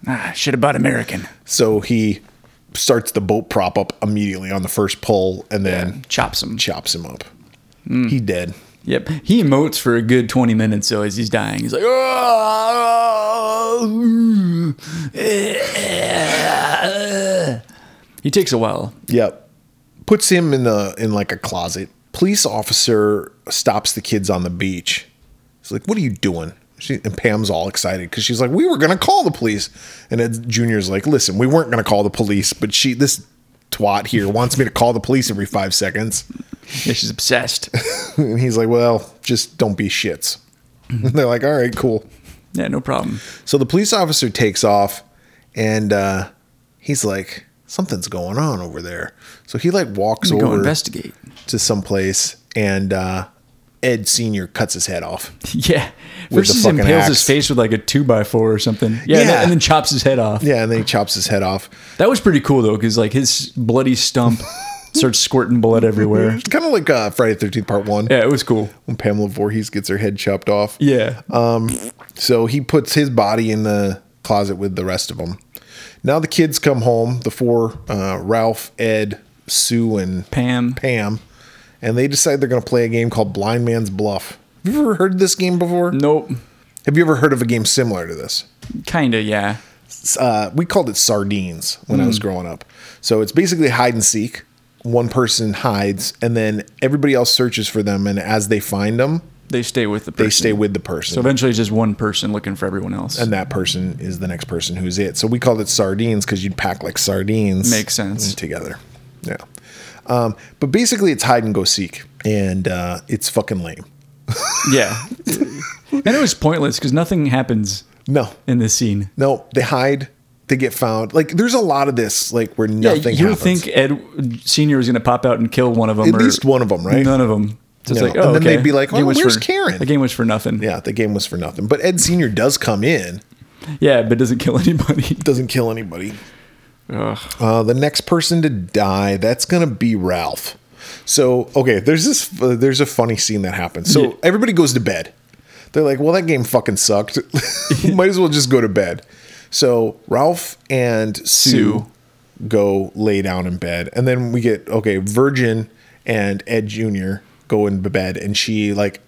Ah, shit about American.
So he starts the boat prop up immediately on the first pull and then
Chops him.
chops him up. He dead.
Yep. He emotes for a good 20 minutes, though, as he's dying. He's like, "Oh, eh." he takes a while.
Yep. Puts him in the in like a closet. Police officer stops the kids on the beach. He's like, "What are you doing?" She, and Pam's all excited because she's like, "We were gonna call the police." And Ed Junior's like, "Listen, we weren't gonna call the police, but she this twat here wants me to call the police every five seconds."
Yeah, she's obsessed.
And he's like, well, just don't be shits. And they're like, all right, cool.
Yeah, no problem.
So the police officer takes off and uh, he's like, something's going on over there. So he like walks
We go
over
investigate.
to someplace and uh, Ed Sr. cuts his head off.
Yeah.
With
First,
the
he
fucking
impales
axe.
his face with like a 2x4 or something. Yeah. And,
Yeah.
then, and then chops his head off.
Yeah, and then he chops his head off.
That was pretty cool, though, because like his bloody stump starts squirting blood everywhere.
It's kind of like uh, Friday the 13th, part one,
Yeah, it was cool.
when Pamela Voorhees gets her head chopped off.
Yeah.
Uh, So he puts his body in the closet with the rest of them. Now the kids come home, the four uh, Ralph, Ed, Sue, and
Pam.
Pam, and they decide they're going to play a game called Blind Man's Bluff. Have you ever heard of this game before?
nope.
Have you ever heard of a game similar to this?
Kinda, yeah.
uh, we called it sardines when I was growing up. So it's basically hide and seek. One person hides, and then everybody else searches for them. And as they find them,
They stay with the person.
they stay with the person.
So eventually, it's just one person looking for everyone else.
and that person is the next person who's it. So we called it sardines because you'd pack like sardines.
Makes sense.
Together. Yeah. Um, but basically, it's hide and go seek, and uh, it's fucking lame.
yeah, and it was pointless because nothing happens
No,
in this scene.
no, they hide, they get found. Like, there's a lot of this, like where nothing.
you would
happens.
think Ed Senior was going to pop out and kill one of them,
At
or
least one of 'em, right?
None of them. Just
No.
like, oh,
And then
okay.
they'd be like,
The game
"Oh,
was
where's
for-
Karen?"
The game was for nothing. Yeah,
Yeah, the game was for nothing. But Ed Senior does come in,
but it doesn't kill anybody.
doesn't kill anybody. Uh, the next person to die, that's gonna be Ralph. So okay, there's this uh, there's a funny scene that happens. So
Yeah.
everybody goes to bed. They're like, well, that game fucking sucked. Might as well just go to bed. So Ralph and
Sue.
Sue, go lay down in bed, and then we get okay, Virgin and Ed Junior go into bed, and she like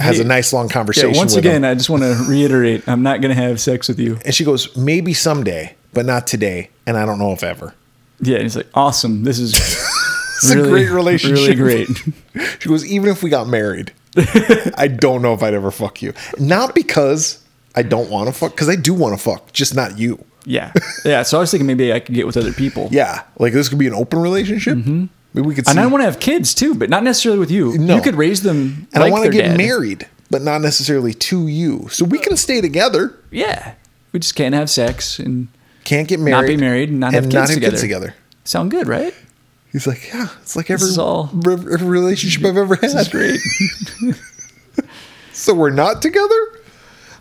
has
Hey.
a nice long
Yeah,
conversation.
once
with
again,
him.
I just want to reiterate, I'm not going to have sex with you.
And she goes, maybe someday, but not today. And I don't know if ever.
Yeah, and he's like, awesome. This is
It's a great relationship.
Really great.
She goes, even if we got married, I don't know if I'd ever fuck you. Not because I don't want to fuck, because I do want to fuck, just not you.
Yeah, yeah. So I was thinking maybe I could get with other people.
Yeah. Like this could be an open relationship. Maybe we could see.
Mm-hmm. And I want to have kids too, but not necessarily with you.
No.
You could raise them.
and I
like
want to
their
get
dad.
married, but not necessarily to you. So we can stay together.
Yeah. We just can't have sex and
Can't get married.
married and not have kids together.
together.
sound good, right?
He's like, yeah, it's like every,
is all-
re- every relationship I've ever had.
That's great.
So we're not together?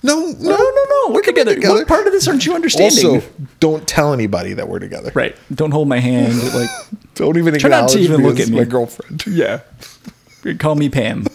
No, no,
No, no, no. We're together. What part of this aren't you understanding?
Also, don't tell anybody that we're together.
right. Don't hold my hand. Like,
Don't even
Try
acknowledge
not to even
me
look
as
at me.
my girlfriend.
yeah. Call me Pam.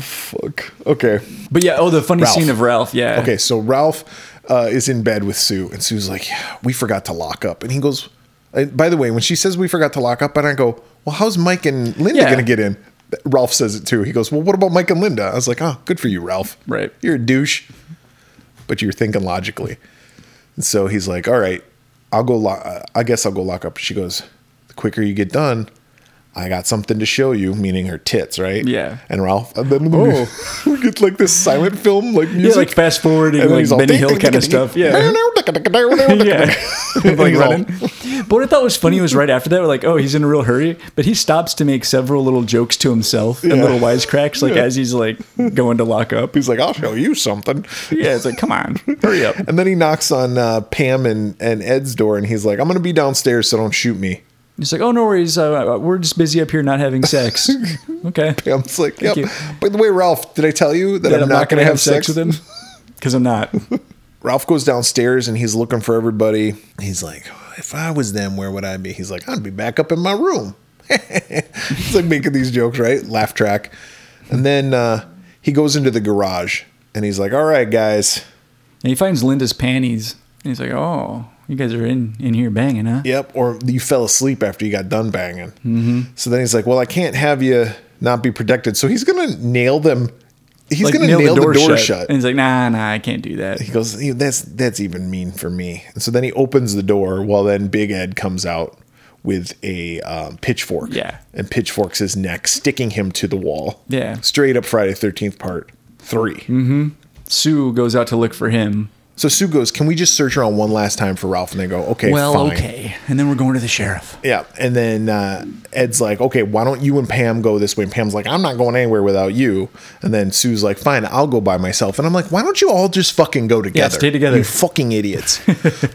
Fuck. Okay.
But yeah, oh, the funny
Ralph.
scene of Ralph. Yeah.
Okay, so Ralph uh, is in bed with Sue, and Sue's like, yeah, "We forgot to lock up." And he goes, and "By the way, when she says we forgot to lock up," and I go, "Well, how's Mike and Linda
Yeah.
going to get in?" Ralph says it too. He goes, "Well, what about Mike and Linda?" I was like, "Oh, good for you, Ralph.
Right.
You're a douche, but you're thinking logically." And so he's like, "All right, I'll go. Lo- I guess I'll go lock up." She goes, "The quicker you get done." I got something to show you, meaning her tits, right?
Yeah. Oh.
And Ralph, uh, and then we get like this silent film, like
Yeah,
music.
like fast forwarding, like
he's all,
Benny
"Ding,
Hill
ding,
kind
ding,
of stuff.
ding,
Yeah.
ding."
yeah.
And
like
he's all-
running. But what I thought was funny was right after that, we're like, oh, he's in a real hurry, but he stops to make several little jokes to himself and
Yeah.
little wisecracks, like
Yeah.
as he's like going to lock up.
He's like, I'll show you something.
Yeah, it's like, come on, hurry up.
And then he knocks on uh, Pam and, and Ed's door and he's like, I'm going to be downstairs, so don't shoot me.
He's like, oh, no worries, uh, we're just busy up here not having sex. Okay,
Pam's like,
Thank
Yep.
you.
By the way, Ralph, did I tell you that,
That
I'm, not going
gonna
to have sex with him?
because I'm not.
Ralph goes downstairs and he's looking for everybody. He's like, if I was them, where would I be? He's like, I'd be back up in my room. He's like making these jokes, right? Laugh track. And then uh, he goes into the garage and he's like, all right, guys.
And he finds Linda's panties, and he's like, oh, you guys are in in here banging, huh?
Yep. Or you fell asleep after you got done banging. Mm-hmm. So then he's like, well, I can't have you not be protected. So he's going to nail them. He's
Like,
going to nail the door, shut.
And he's like, nah, nah, I can't do that.
He goes, "You- that's that's even mean for me. And so then he opens the door while then Big Ed comes out with a um, pitchfork.
Yeah.
And pitchforks his neck, sticking him to the wall.
Yeah.
Straight up Friday 13th part 3
Sue goes out to look for him.
So Sue goes, can we just search her on one last time for Ralph? And they go, okay,
well,
fine.
okay, and then we're going to the sheriff.
Yeah. And then uh, Ed's like, okay, why don't you and Pam go this way? And Pam's like, I'm not going anywhere without you. And then Sue's like, fine, I'll go by myself. And I'm like, why don't you all just fucking go together?
stay together.
You fucking idiots.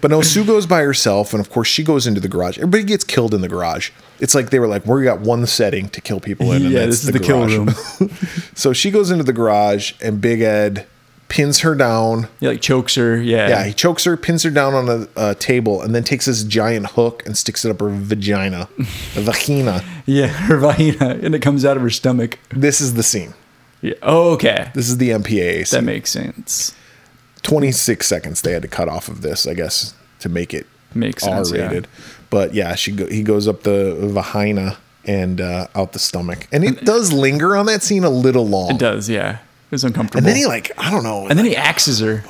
but no, Sue goes by herself. And of course, she goes into the garage. Everybody gets killed in the garage. It's like they were like, we got one setting to kill people in. And
yeah, this
that's
is the kill
garage.
room.
So she goes into the garage, and Big Ed pins her down.
He like chokes her. Yeah.
Yeah, he chokes her, pins her down on a, a table, and then takes this giant hook and sticks it up her vagina, vagina.
Yeah, her vagina, and it comes out of her stomach.
This is the scene.
Yeah. Oh, okay.
This is the MPAA
That
scene.
makes sense.
26 seconds they had to cut off of this, I guess, to make it
Makes sense, yeah.
R-rated. But yeah, she go, he goes up the vagina and uh, out the stomach. And it does linger on that scene a little long.
It does, yeah. It was uncomfortable.
And then he like, I don't know.
and then he axes her.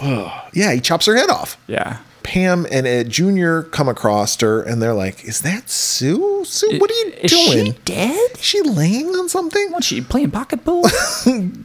yeah, he chops her head off.
Yeah.
Pam and Ed Jr. come across her and they're like, "Is that Sue? Sue, what are you
Is
doing?
she dead?
Is she laying on something?"
What's she playing pocket pool?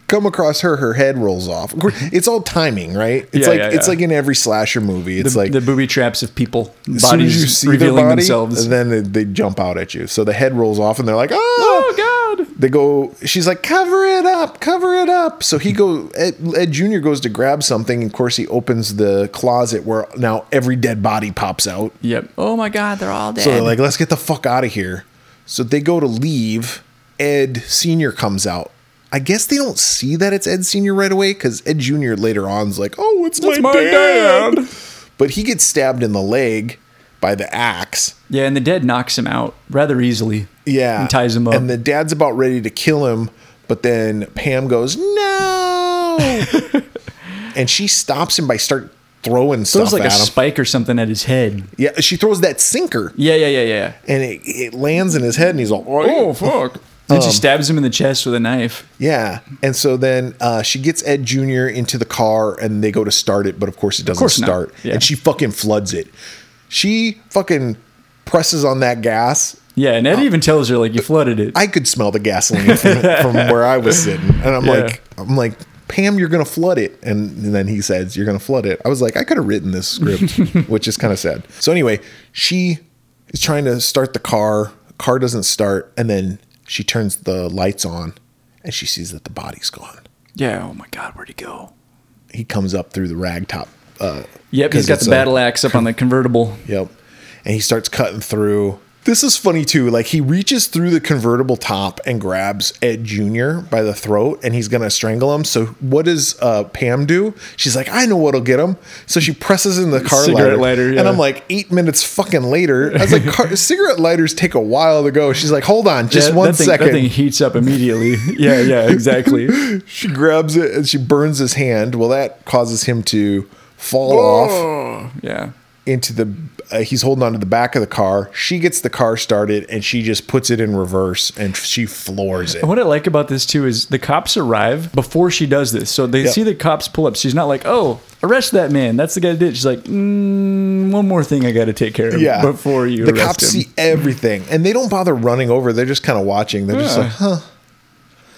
come across her, her head rolls off. Of course, It's all timing, right? It's
Yeah,
like
yeah,
it's
yeah.
like in every slasher movie. It's
the,
like
the booby traps of people,
as soon as
bodies
you see
revealing
their body,
themselves.
and then they, they jump out at you. So the head rolls off, and they're like, "Oh!"
oh God!
They go. She's like, "Cover it up, cover it up." So he go. Ed, Ed Junior goes to grab something, and of course he opens the closet where now every dead body pops out.
Yep. Oh my God! They're all dead.
So they're like, let's get the fuck out of here. So they go to leave. Ed Sr. comes out. I guess they don't see that it's Ed Sr. right away because Ed Jr. later on is like, oh, it's my,
my
dad.
dad.
But he gets stabbed in the leg by the axe.
yeah, and the dead knocks him out rather easily.
Yeah.
And ties him up.
And the dad's about ready to kill him. But then Pam goes, no. and she stops him by start throwing
throws
stuff
like a
at him.
spike or something at his head.
yeah, she throws that sinker
Yeah, yeah, yeah, yeah.
and it, it lands in his head and he's all, oh,
fuck! Then she stabs him in the chest with a knife.
Yeah, and so then uh, she gets Ed Junior into the car, and they go to start it, but of course it doesn't
course not.
start,
Yeah.
and she fucking floods it. She fucking presses on that gas.
Yeah, and Ed even tells her like you flooded it.
Oh. I could smell the gasoline from, from where I was sitting, and I'm
Yeah.
like, I'm like, Pam, you're gonna flood it, and, and then he says, "You're gonna flood it." I was like, I could have written this script, which is kind of sad. So anyway, she is trying to start the car. Car doesn't start, and then she turns the lights on, and she sees that the body's gone.
yeah. Oh my God! Where'd he go?
he comes up through the rag top. Uh,
Yep,
'cause
he's got
it's
the
a-
battle axe up on the convertible.
Yep, and he starts cutting through, This is funny too. Like he reaches through the convertible top and grabs Ed Jr. by the throat, and he's gonna strangle him. So what does uh, Pam do? She's like, I know what'll get him. So she presses in the car
Cigarette lighter,
and
yeah.
I'm like, eight minutes fucking later. I was like, car- cigarette lighters take a while to go. She's like, hold on, just
That-
one
that thing,
second.
That thing heats up immediately. yeah, yeah, exactly.
she grabs it and she burns his hand. Well, that causes him to fall off
Yeah.
into the uh, he's holding onto the back of the car she gets the car started and she just puts it in reverse and she floors it
And what I like about this too is the cops arrive before she does this. So they
Yep.
see the cops pull up. She's not like, "Oh, arrest that man. That's the guy that did." it." She's like, mm, "One more thing I got to take care of
yeah
before you
the
arrest
cops
him."
see everything and they don't bother running over they're just kind of watching they're just
Yeah.
like huh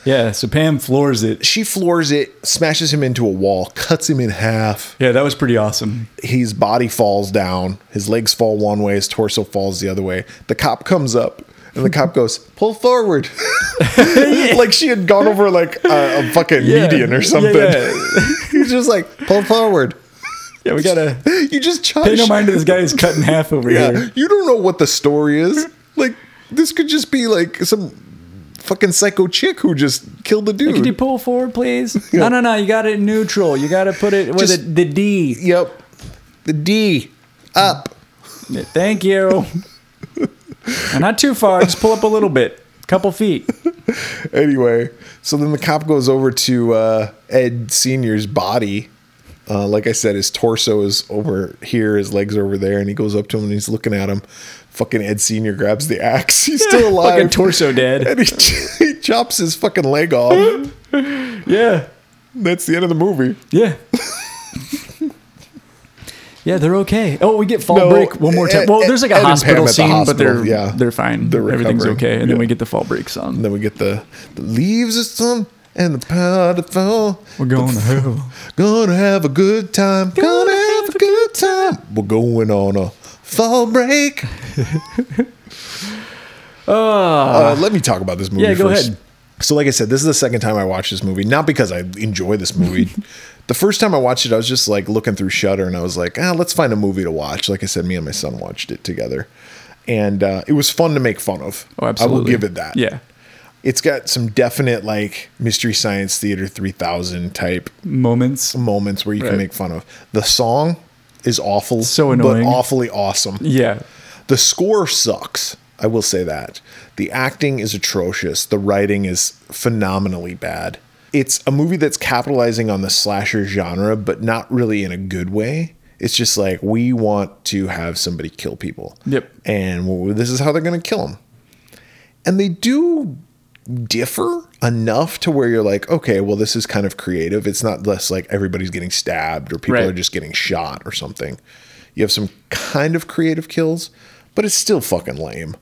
yeah, so Pam floors it.
she floors it smashes him into a wall cuts him in half
Yeah, that was pretty awesome.
his body falls down his legs fall one way his torso falls the other way the cop comes up and the cop goes pull forward like she had gone over like a, a fucking
Yeah.
median
Yeah,
or something
yeah.
he's just like pull forward
Yeah, we gotta
you just chop.
pay no mind to this guy who's cut in half over
Yeah,
here.
you don't know what the story is. Like this could just be like some fucking psycho chick who just killed the dude.
Could you pull forward, please? No, no, no. You got it neutral. You got to put it with
Just-
it, the D.
yep, the D up.
Thank you. And not too far. Just pull up a little bit, couple feet.
Anyway, so then the cop goes over to uh, Ed Senior's body. Uh, like I said, his torso is over here, his legs are over there, and he goes up to him and he's looking at him. Fucking Ed Senior grabs the axe. He's still alive.
Fucking torso dead.
and he, he chops his fucking leg off.
Yeah.
That's the end of the movie.
Yeah. yeah, they're okay. Oh, we get fall
No,
break one more time.
Ed-
Well, there's like a
Ed and Pam
hospital
at the
scene, but
hospital,
they're
yeah.
they're fine.
They're
Everything's
recovering,
okay, and then
yeah.
we get the fall break song.
And then we get the, the leaves of sun and the powder fall.
We're going to hell.
Gonna have a good time. Gonna have a good time. We're going on a fall break. Uh, let me talk about this movie
Ah. Yeah, go
first.
ahead.
So, like I said, this is the second time I watched this movie. Not because I enjoy this movie. the first time I watched it, I was just like looking through Shutter, and I was like, ah, let's find a movie to watch. Like I said, me and my son watched it together, and uh, it was fun to make fun of.
Oh,
I
absolutely.
will give it that
Yeah,
it's got some definite like mystery science theater 3000 type
moments.
moments where you
Right.
can make fun of the song is awful
So annoying.
but awfully awesome
Yeah,
the score sucks i will say that the acting is atrocious the writing is phenomenally bad it's a movie that's capitalizing on the slasher genre but not really in a good way it's just like we want to have somebody kill people
Yep.
and w- this is how they're going to kill them and they do differ enough to where you're like, okay, well, this is kind of creative. It's not less like everybody's getting stabbed or people
Right.
are just getting shot or something. You have some kind of creative kills, but it's still fucking lame.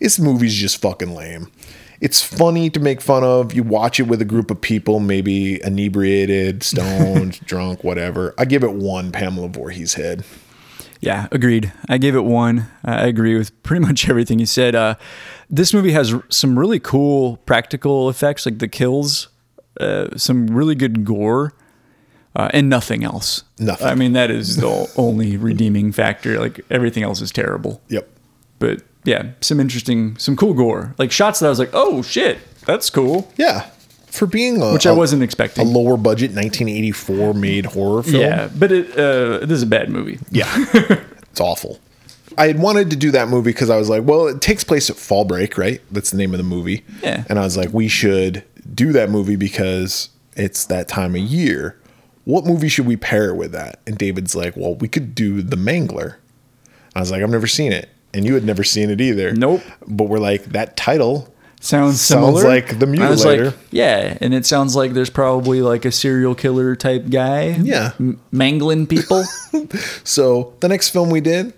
This movie's just fucking lame. It's funny to make fun of. You watch it with a group of people, maybe inebriated, stoned, drunk, whatever. I give it one Pamela Voorhees head.
yeah, agreed. I gave it one. I agree with pretty much everything you said. Uh, this movie has r- some really cool practical effects, like the kills, uh, some really good gore, uh, and nothing else.
Nothing.
I mean, that is the only redeeming factor. Like everything else is terrible.
Yep.
but yeah, some interesting, some cool gore, like shots that I was like, oh shit, that's cool,
Yeah. For being a,
which I
a-
wasn't
a
expecting.
lower budget 1984 made horror film.
yeah, but it uh, this is a bad movie.
Yeah. it's awful. I had wanted to do that movie because I was like, well, it takes place at Fall Break, right? That's the name of the movie.
Yeah.
And I was like, we should do that movie because it's that time of year. What movie should we pair it with that? And David's like, well, we could do The Mangler. I was like, I've never seen it. And you had never seen it either.
Nope.
But we're like, that title.
Sounds
Sounds
similar.
like The
And I was
Mutilator.
Like, yeah, and it sounds like there's probably like a serial killer type guy,
Yeah.
m- mangling people.
So the next film we did,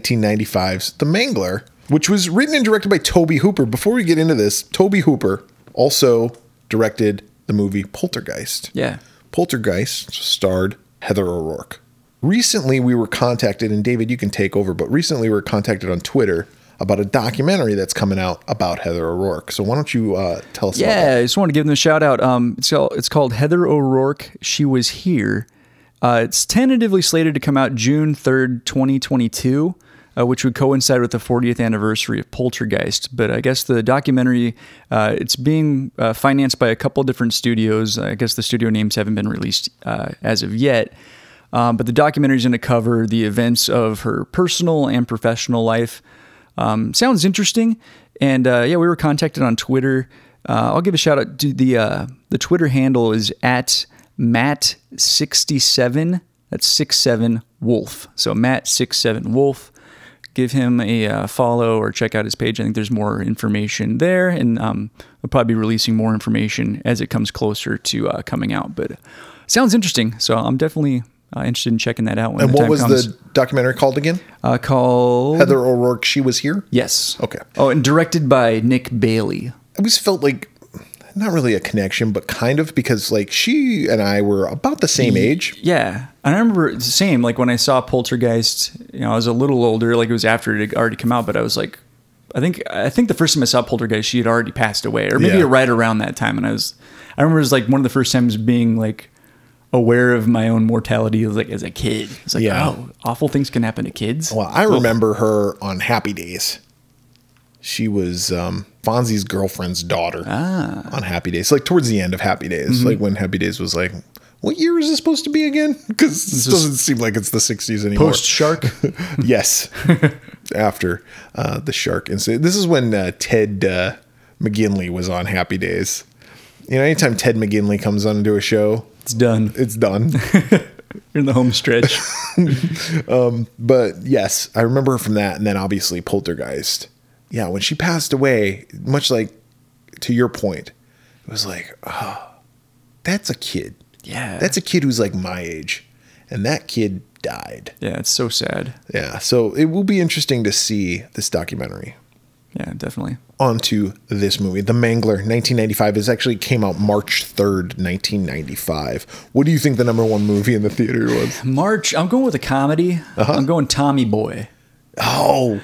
1995's The Mangler, which was written and directed by Toby Hooper. Before we get into this, Toby Hooper also directed the movie Poltergeist.
yeah,
Poltergeist starred Heather O'Rourke. Recently, we were contacted, and David, you can take over, but recently we were contacted on Twitter about a documentary that's coming out about Heather O'Rourke. So why don't you uh, tell us about
yeah. I just want to give them a shout out. Um, it's called, it's called Heather O'Rourke. She was here. Uh, it's tentatively slated to come out June third, twenty twenty two. uh, which would coincide with the 40th anniversary of Poltergeist. But I guess the documentary uh, it's being uh, financed by a couple different studios. I guess the studio names haven't been released uh, as of yet. Um, but the documentary is going to cover the events of her personal and professional life. Um, sounds interesting. And uh, yeah, we were contacted on Twitter. Uh, I'll give a shout out to the uh, the Twitter handle is at Matt sixty seven. That's six seven Wolf. So Matt six seven Wolf. Give him a uh, follow or check out his page. I think there's more information there, and um, I'll probably be releasing more information as it comes closer to uh, coming out. But sounds interesting, so I'm definitely uh, interested in checking that out when
And
the
what
time
was
comes.
the documentary called again?
uh, called
Heather O'Rourke, She Was Here?
Yes.
Okay.
Oh, and directed by Nick Bailey.
I always felt like not really a connection, but kind of because like she and I were about the same age.
Yeah, and I remember it's the same. Like when I saw Poltergeist, you know, I was a little older. Like it was after it had already come out, but I was like, I think I think the first time I saw Poltergeist, she had already passed away, or maybe
Yeah.
right around that time. And I was, I remember it was like one of the first times being like aware of my own mortality, like as a kid. It's like,
Yeah.
oh, awful things can happen to kids.
Well, I remember her on Happy Days. She was um, Fonzie's girlfriend's daughter on Happy Days, like towards the end of Happy Days, like when Happy Days was like, what year is this supposed to be again? Because this doesn't seem like it's the 60s anymore.
Post Shark.
yes. After uh, the shark incident. This is when uh, Ted uh, McGinley was on Happy Days. You know, anytime Ted McGinley comes onto a show,
it's done.
it's done.
You're in the home stretch.
but yes, I remember her from that. And then obviously Poltergeist. Yeah, when she passed away, much like to your point, it was like, oh, that's a kid.
Yeah.
That's a kid who's like my age. And that kid died.
yeah, it's so sad.
Yeah. So it will be interesting to see this documentary.
Yeah, definitely.
onto this movie the mangler 1995 is actually came out march 3rd 1995 what do you think the number one movie in the theater was
March. I'm going with a comedy.
Uh-huh.
I'm going Tommy Boy.
oh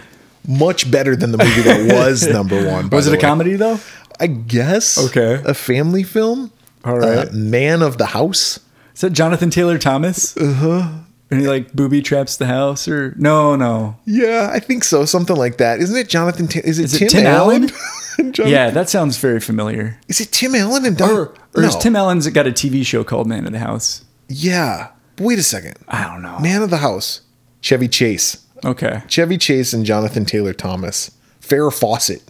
much better than the movie that was number one by
Was it
the
a
way.
comedy though?
i guess
Okay.
a family film Uh,
All right.
man of the house
Is that Jonathan Taylor Thomas? Uh huh.
Uh-huh.
And he like booby traps the house or no no
yeah i think so something like that isn't it jonathan Ta- is it,
Is it
tim,
Tim
allen,
Allen?
And Jonathan-
yeah that sounds very familiar
is it tim allen and Don-
or, or is
No.
Tim Allen's got a TV show called Man of the House
yeah wait a second
I don't know
man of the house chevy chase
okay
Chevy Chase and Jonathan Taylor Thomas. Farrah Fawcett.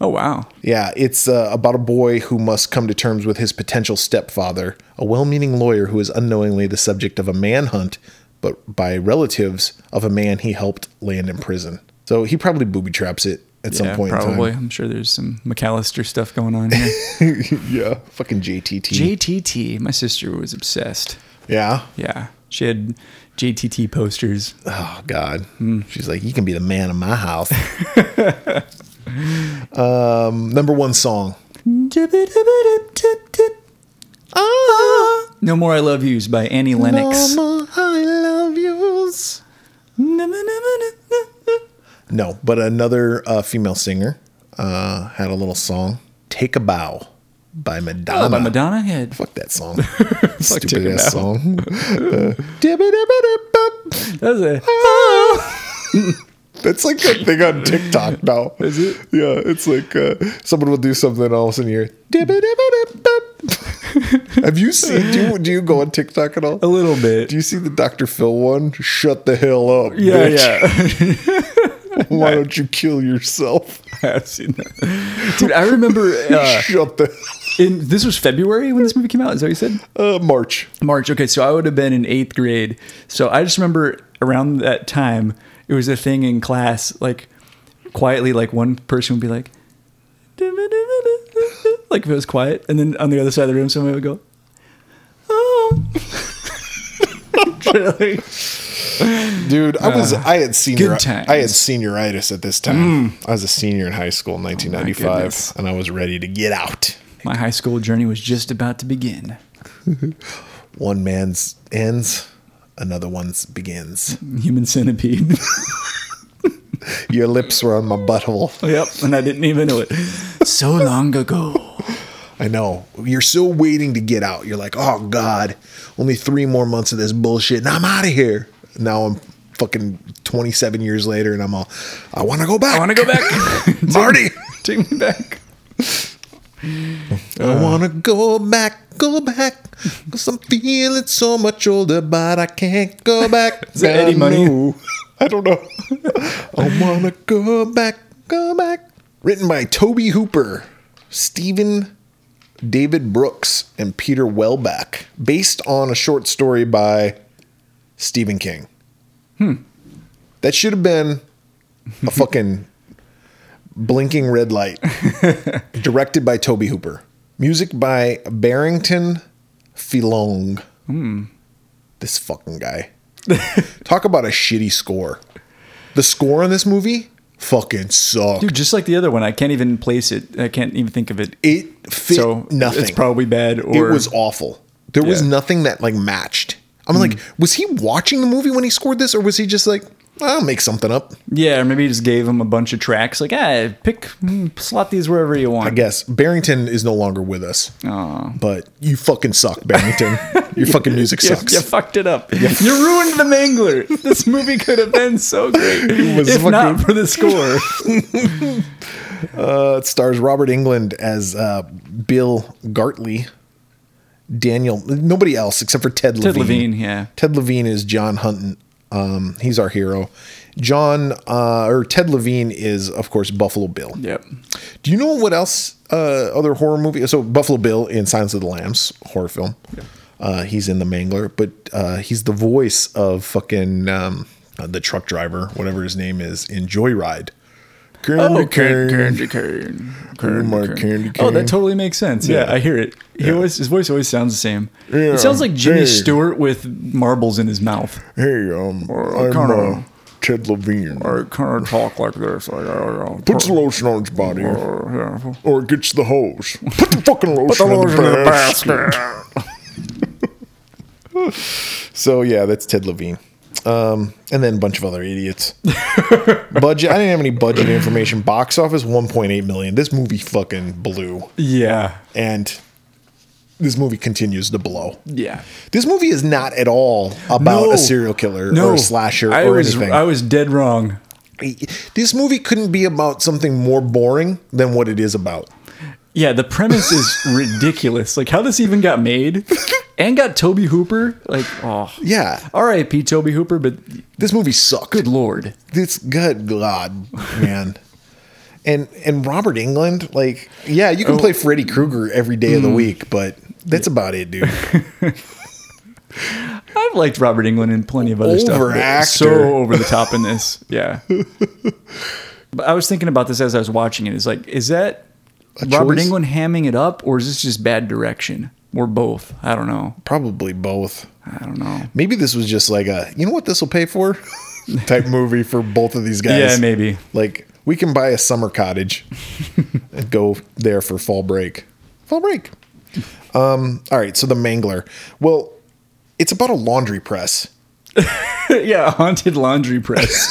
oh wow
Yeah, it's uh, about a boy who must come to terms with his potential stepfather, a well meaning lawyer who is unknowingly the subject of a manhunt, but by relatives of a man he helped land in prison. So he probably booby traps it at some
yeah
point
probably
in time.
I'm sure there's some McAllister stuff going on here
Yeah, fucking JTT.
JTT my sister was obsessed
yeah.
yeah she had JTT posters
Oh God. She's like, you can be the man of my house. um, number one song.
No More I Love Yous by Annie Lennox
Mama, I love yous.
Oh,
No, but another uh, female singer uh, had a little song, "Take a Bow" by Madonna.
Oh, by Madonna yeah
Fuck that song.
Take
Stupid
a
ass
Bow.
song. Uh, dibbidi-bidi-bop.
That was a-
That's like that thing on TikTok now. Is it? Yeah, it's like uh, someone will do something and all of a sudden you're. dibbidi-bidi-bop. Have you seen? Do you, do you go on TikTok at all?
a little bit.
Do you see the Dr. Phil one? Shut the hell up.
yeah,
bitch.
yeah.
Why don't you kill yourself?
I've seen that. Dude, I remember uh,
Shut the
in this was February when this movie came out. Is that what you said?
uh, March.
March. Okay, so I would have been in eighth grade. So I just remember around that time, it was a thing in class. Like quietly, like one person would be like, like if it was quiet, and then on the other side of the room, somebody would go, oh. Really?
Dude, I was I had senior
Uh, good times. Mm.
I had senioritis at this time. I was a senior in high school in 1995
Oh goodness.
and I was ready to get out.
My high school journey was just about to begin.
One man's ends, another one's begins.
Human centipede.
Your lips were on my butthole.
Yep, and I didn't even know it. So long ago.
I know. You're still waiting to get out. You're like, "Oh god, only 3 more months of this bullshit and I'm out of here." Now I'm fucking 27 years later and I'm all, I want to go back. I
want to go back.
Marty.
Take me back. Uh-huh.
I want to go back, go back. Because I'm feeling so much older, but I can't go back. Is
that Eddie Money?
I don't know. I want to go back, go back. Written by Toby Hooper, Stephen David Brooks, and Peter Welbeck. Based on a short story by Stephen King. Hmm. That should have been a fucking blinking red light directed by Toby Hooper. Music by Barrington Filong.
Hmm.
This fucking guy. Talk about a shitty score. The score on this movie fucking sucked.
Dude, just like the other one, I can't even place it. I can't even think of it.
it fit
so
nothing.
It's probably bad. Or
it was awful. There was
Yeah. Mm.
nothing that like matched. I'm like, was he watching the movie when he scored this, or was he just like, I'll make something up?
yeah, or maybe he just gave him a bunch of tracks. Like, ah, pick, mm, slot these wherever you want.
I guess Barrington is no longer with us. But you fucking suck, Barrington. Your fucking music
You-
sucks.
You, fucked it up. You ruined the Mangler. This movie could have been so great
was
if not
fucking-
for the score.
Uh, it stars Robert England as uh, Bill Gartley, Daniel, nobody else except for Ted Levine.
Ted Levine, yeah.
Ted Levine is John Hunton. Um, he's our hero. John uh, or Ted Levine is of course Buffalo Bill.
Yep.
Do you know what else? Uh, other horror movie. So Buffalo Bill in Silence of the Lambs horror film. Uh, he's in the Mangler, but uh, he's the voice of fucking um, uh, the truck driver, whatever his name is, in Joyride. Candy
Oh,
cane.
cane.
my candy
Oh,
cane.
that totally makes sense. Yeah,
Yeah.
I hear it. He always, his voice always sounds the same.
Yeah.
It sounds like Jimmy
Hey.
Stewart with marbles in his mouth.
Hey, um,
Or
I'm
kinda-
uh, Ted Levine.
Or kind of talk like this. Like, oh, I don't know.
Puts the lotion on his body,
Or, yeah.
or it gets the hose. uh, Put the fucking lotion,
lotion
in
in
the
the
basket. so yeah, that's Ted Levine, um, and then a bunch of other idiots. budget. I didn't have any budget information. Box office 1.8 million. This movie fucking blew,
Yeah.
and this movie continues to blow.
Yeah.
This movie is not at all about a serial killer or a slasher
I
or
was,
anything.
I was dead wrong.
this movie couldn't be about something more boring than what it is about.
Yeah, the premise is ridiculous. Like how this even got made and got Toby Hooper. Like, oh,
Yeah,
R.I.P. Toby Hooper. But
this movie sucked.
good lord,
This good god, man. and and Robert England, like, yeah, you can
Oh.
play Freddy Krueger every day
Mm.
of the week, but that's about it, dude.
I've liked Robert England in plenty of other stuff. but
Overactor.
So over the top in this. Yeah. but I was thinking about this as I was watching it. It's like, is that Robert
choice?
England hamming it up, or is this just bad direction? Or both? I don't know.
Probably both.
I don't know.
Maybe this was just like a, you know what this will pay for? type movie for both of these guys.
Yeah, maybe.
Like we can buy a summer cottage and go there for fall break. Fall break. Um, all right, so the Mangler. Well, it's about a laundry press.
yeah, a haunted laundry press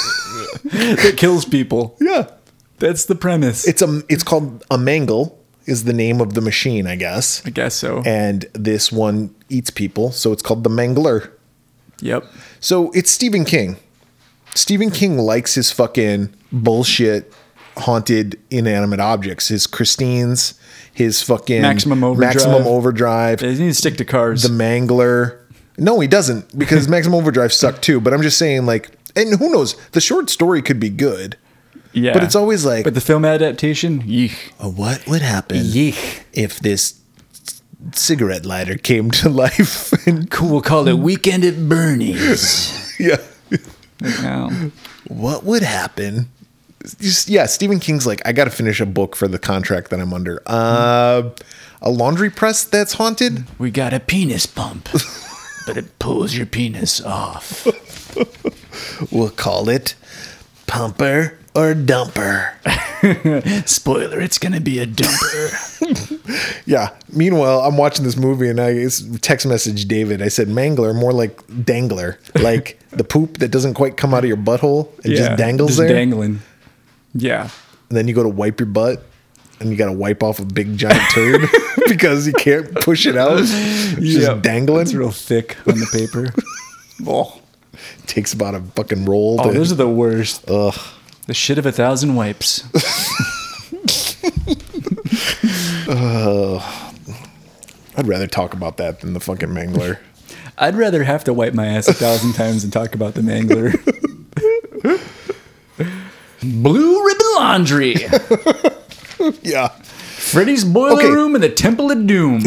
that kills people.
Yeah.
That's the premise.
It's a it's called a mangle is the name of the machine, I guess.
I guess so.
And this one eats people, so it's called the mangler.
Yep.
So it's Stephen King. Stephen King likes his fucking bullshit haunted inanimate objects. His Christine's, his fucking
Maximum Overdrive.
Maximum Overdrive,
They need to stick to cars.
the mangler. No, he doesn't because Maximum Overdrive sucked too. But I'm just saying, like, and who knows? The short story could be good.
yeah.
But it's always like,
But the film adaptation, yeech.
what would happen
Yeech.
if this cigarette lighter came to life? and
Cool, we'll call it Weekend at Bernie's.
yeah,
No.
what would happen? Just, yeah, Stephen King's like, I got to finish a book for the contract that I'm under. Uh, a laundry press that's haunted.
We got a penis pump, but it pulls your penis off.
We'll call it Pumper or Dumper.
Spoiler, it's going to be a dumper.
Yeah. Meanwhile, I'm watching this movie and I it's text message David. I said mangler, more like dangler, like the poop that doesn't quite come out of your butthole and just dangles
just
there.
dangling. Yeah.
and then you go to wipe your butt and you got to wipe off a big giant turd because you can't push it out. It's
Yeah.
just dangling.
It's real thick on the paper. oh.
takes about a fucking roll.
Oh,
to-
those are the worst.
Ugh.
The shit of a thousand wipes.
I'd rather talk about that than the fucking Mangler.
I'd rather have to wipe my ass a thousand times than talk about the Mangler. Blue Ribbon Laundry,
yeah.
Freddy's Boiler
Okay.
Room, and the Temple of Doom.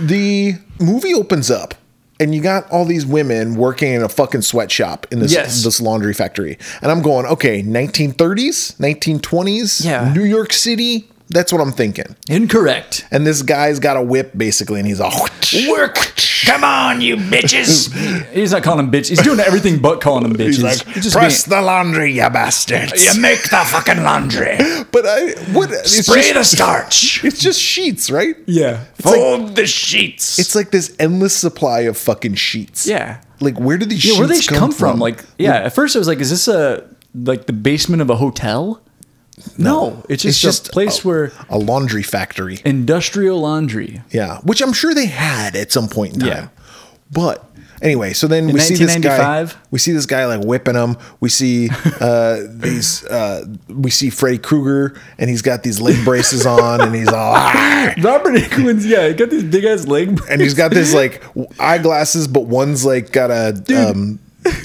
The movie opens up and you got all these women working in a fucking sweatshop in this
Yes.
this laundry factory. And I'm going, okay, 1930s, 1920s,
Yeah.
New York City. That's what I'm thinking.
Incorrect.
And this guy's got a whip basically and he's all
Work. Come on, you bitches. he's not calling them bitches. He's doing everything but calling them bitches.
He's like,
He's just
press
being-
the laundry, you bastards.
make the fucking laundry.
But I what it's just,
starch.
it's just sheets, right?
Yeah.
like-
the sheets.
It's like this endless supply of fucking sheets.
Yeah.
Like where do these
yeah,
sheets
where do they come,
come,
from? Like, yeah. At first, I was like, is this a like the basement of a hotel? No, it's just a place where
a laundry factory.
industrial laundry.
Yeah, which I'm sure they had at some point in time.
Yeah.
But anyway, so then we see this guy.
1995?
We see this guy like whipping him. We see uh, these. Uh, we see Freddy Krueger, and he's got these leg braces on, and he's all. "Ah!"
Robert Englund's yeah, he got these big ass leg.
And he's got this like w- eyeglasses, but one's like got a. Um,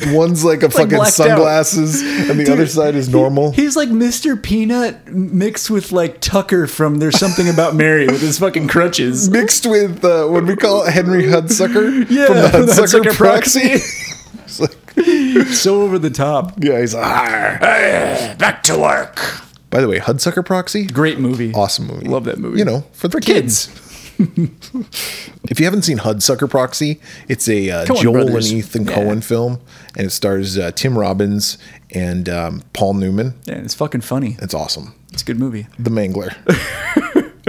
one's like a fucking
blacked out.
sunglasses, and the other side is normal.
He's like Mr. Peanut mixed with like Tucker from There's Something About Mary with his fucking crutches.
Mixed with uh, what we call it, Henry Hudsucker
Yeah,
from the
from the
Hudsucker,
Hudsucker
proxy. It's like-
So over the top.
yeah, he's like, "Ah."
Back to work.
By the way, Hudsucker Proxy,
Great movie.
awesome movie.
Love that movie.
You know, for the kids. if you haven't seen Hudsucker Proxy, it's a uh,
Coen
Joel
Brothers.
and Ethan
Yeah.
Cohen film, and it stars uh, Tim Robbins and um, Paul Newman.
Yeah, it's fucking funny.
It's awesome.
It's a good movie.
The Mangler.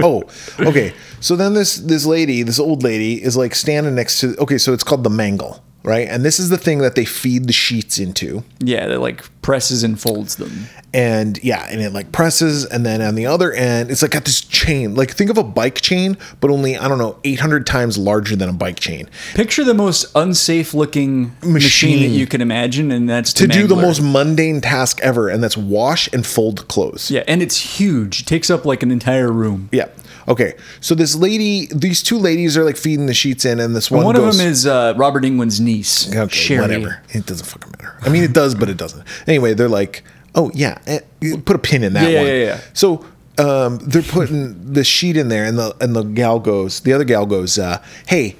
oh, okay. So then this this lady, this old lady, is like standing next to. Okay, so it's called the Mangle, right? And this is the thing that they feed the sheets into.
Yeah, that like presses and folds them.
and yeah, and it like presses, and then on the other end, it's like got this chain. Like think of a bike chain, but only I don't know, eight hundred times larger than a bike chain
Picture the most unsafe looking machine,
Machine.
that you can imagine, and that's
to do the
Mangler.
most mundane task ever, and that's wash and fold clothes.
Yeah, and it's huge. It takes up like an entire room.
Yeah. Okay. So this lady, these two ladies are like feeding the sheets in, and this one.
One, of
goes-
them is uh, Robert England's niece,
Okay,
Sherry.
whatever. It doesn't fucking matter. I mean, it does, but it doesn't. Anyway, they're like, oh yeah, eh, you put a pin in that
Yeah,
one.
yeah, yeah.
So um, they're putting the sheet in there, and the and the gal goes, the other gal goes, uh, hey.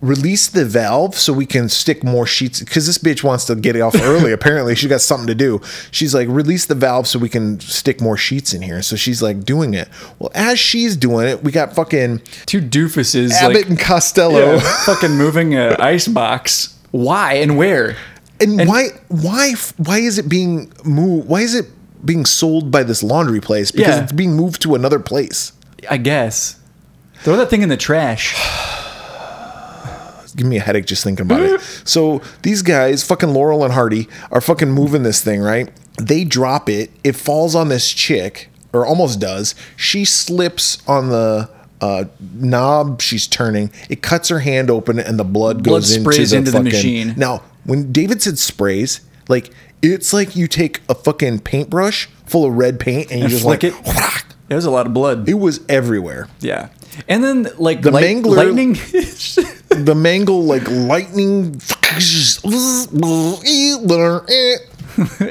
Release the valve so we can stick more sheets because this bitch wants to get it off early. Apparently, she's got something to do. She's like, release the valve so we can stick more sheets in here. So she's like doing it. Well, as she's doing it, we got fucking
Two doofuses
Abbott
like
and Costello.
yeah, fucking moving an ice box. Why and where?
And, why why why is it being moved? Why is it being sold by this laundry place? Because
Yeah.
it's being moved to another place.
I guess throw that thing in the trash.
Give me a headache just thinking about it. So these guys, fucking Laurel and Hardy, are fucking moving this thing right. They drop it. It falls on this chick, or almost does. She slips on the. Uh, knob she's turning it cuts her hand open and the blood
Blood
goes into,
sprays
the,
into the
fucking,
machine.
Now, when David said sprays, like it's like you take a fucking paintbrush full of red paint and you
And
just
flick
like
it. There's a lot of blood.
It was everywhere.
Yeah, and then like
The
the
Mangler-
lightning.
The mangle like lightning.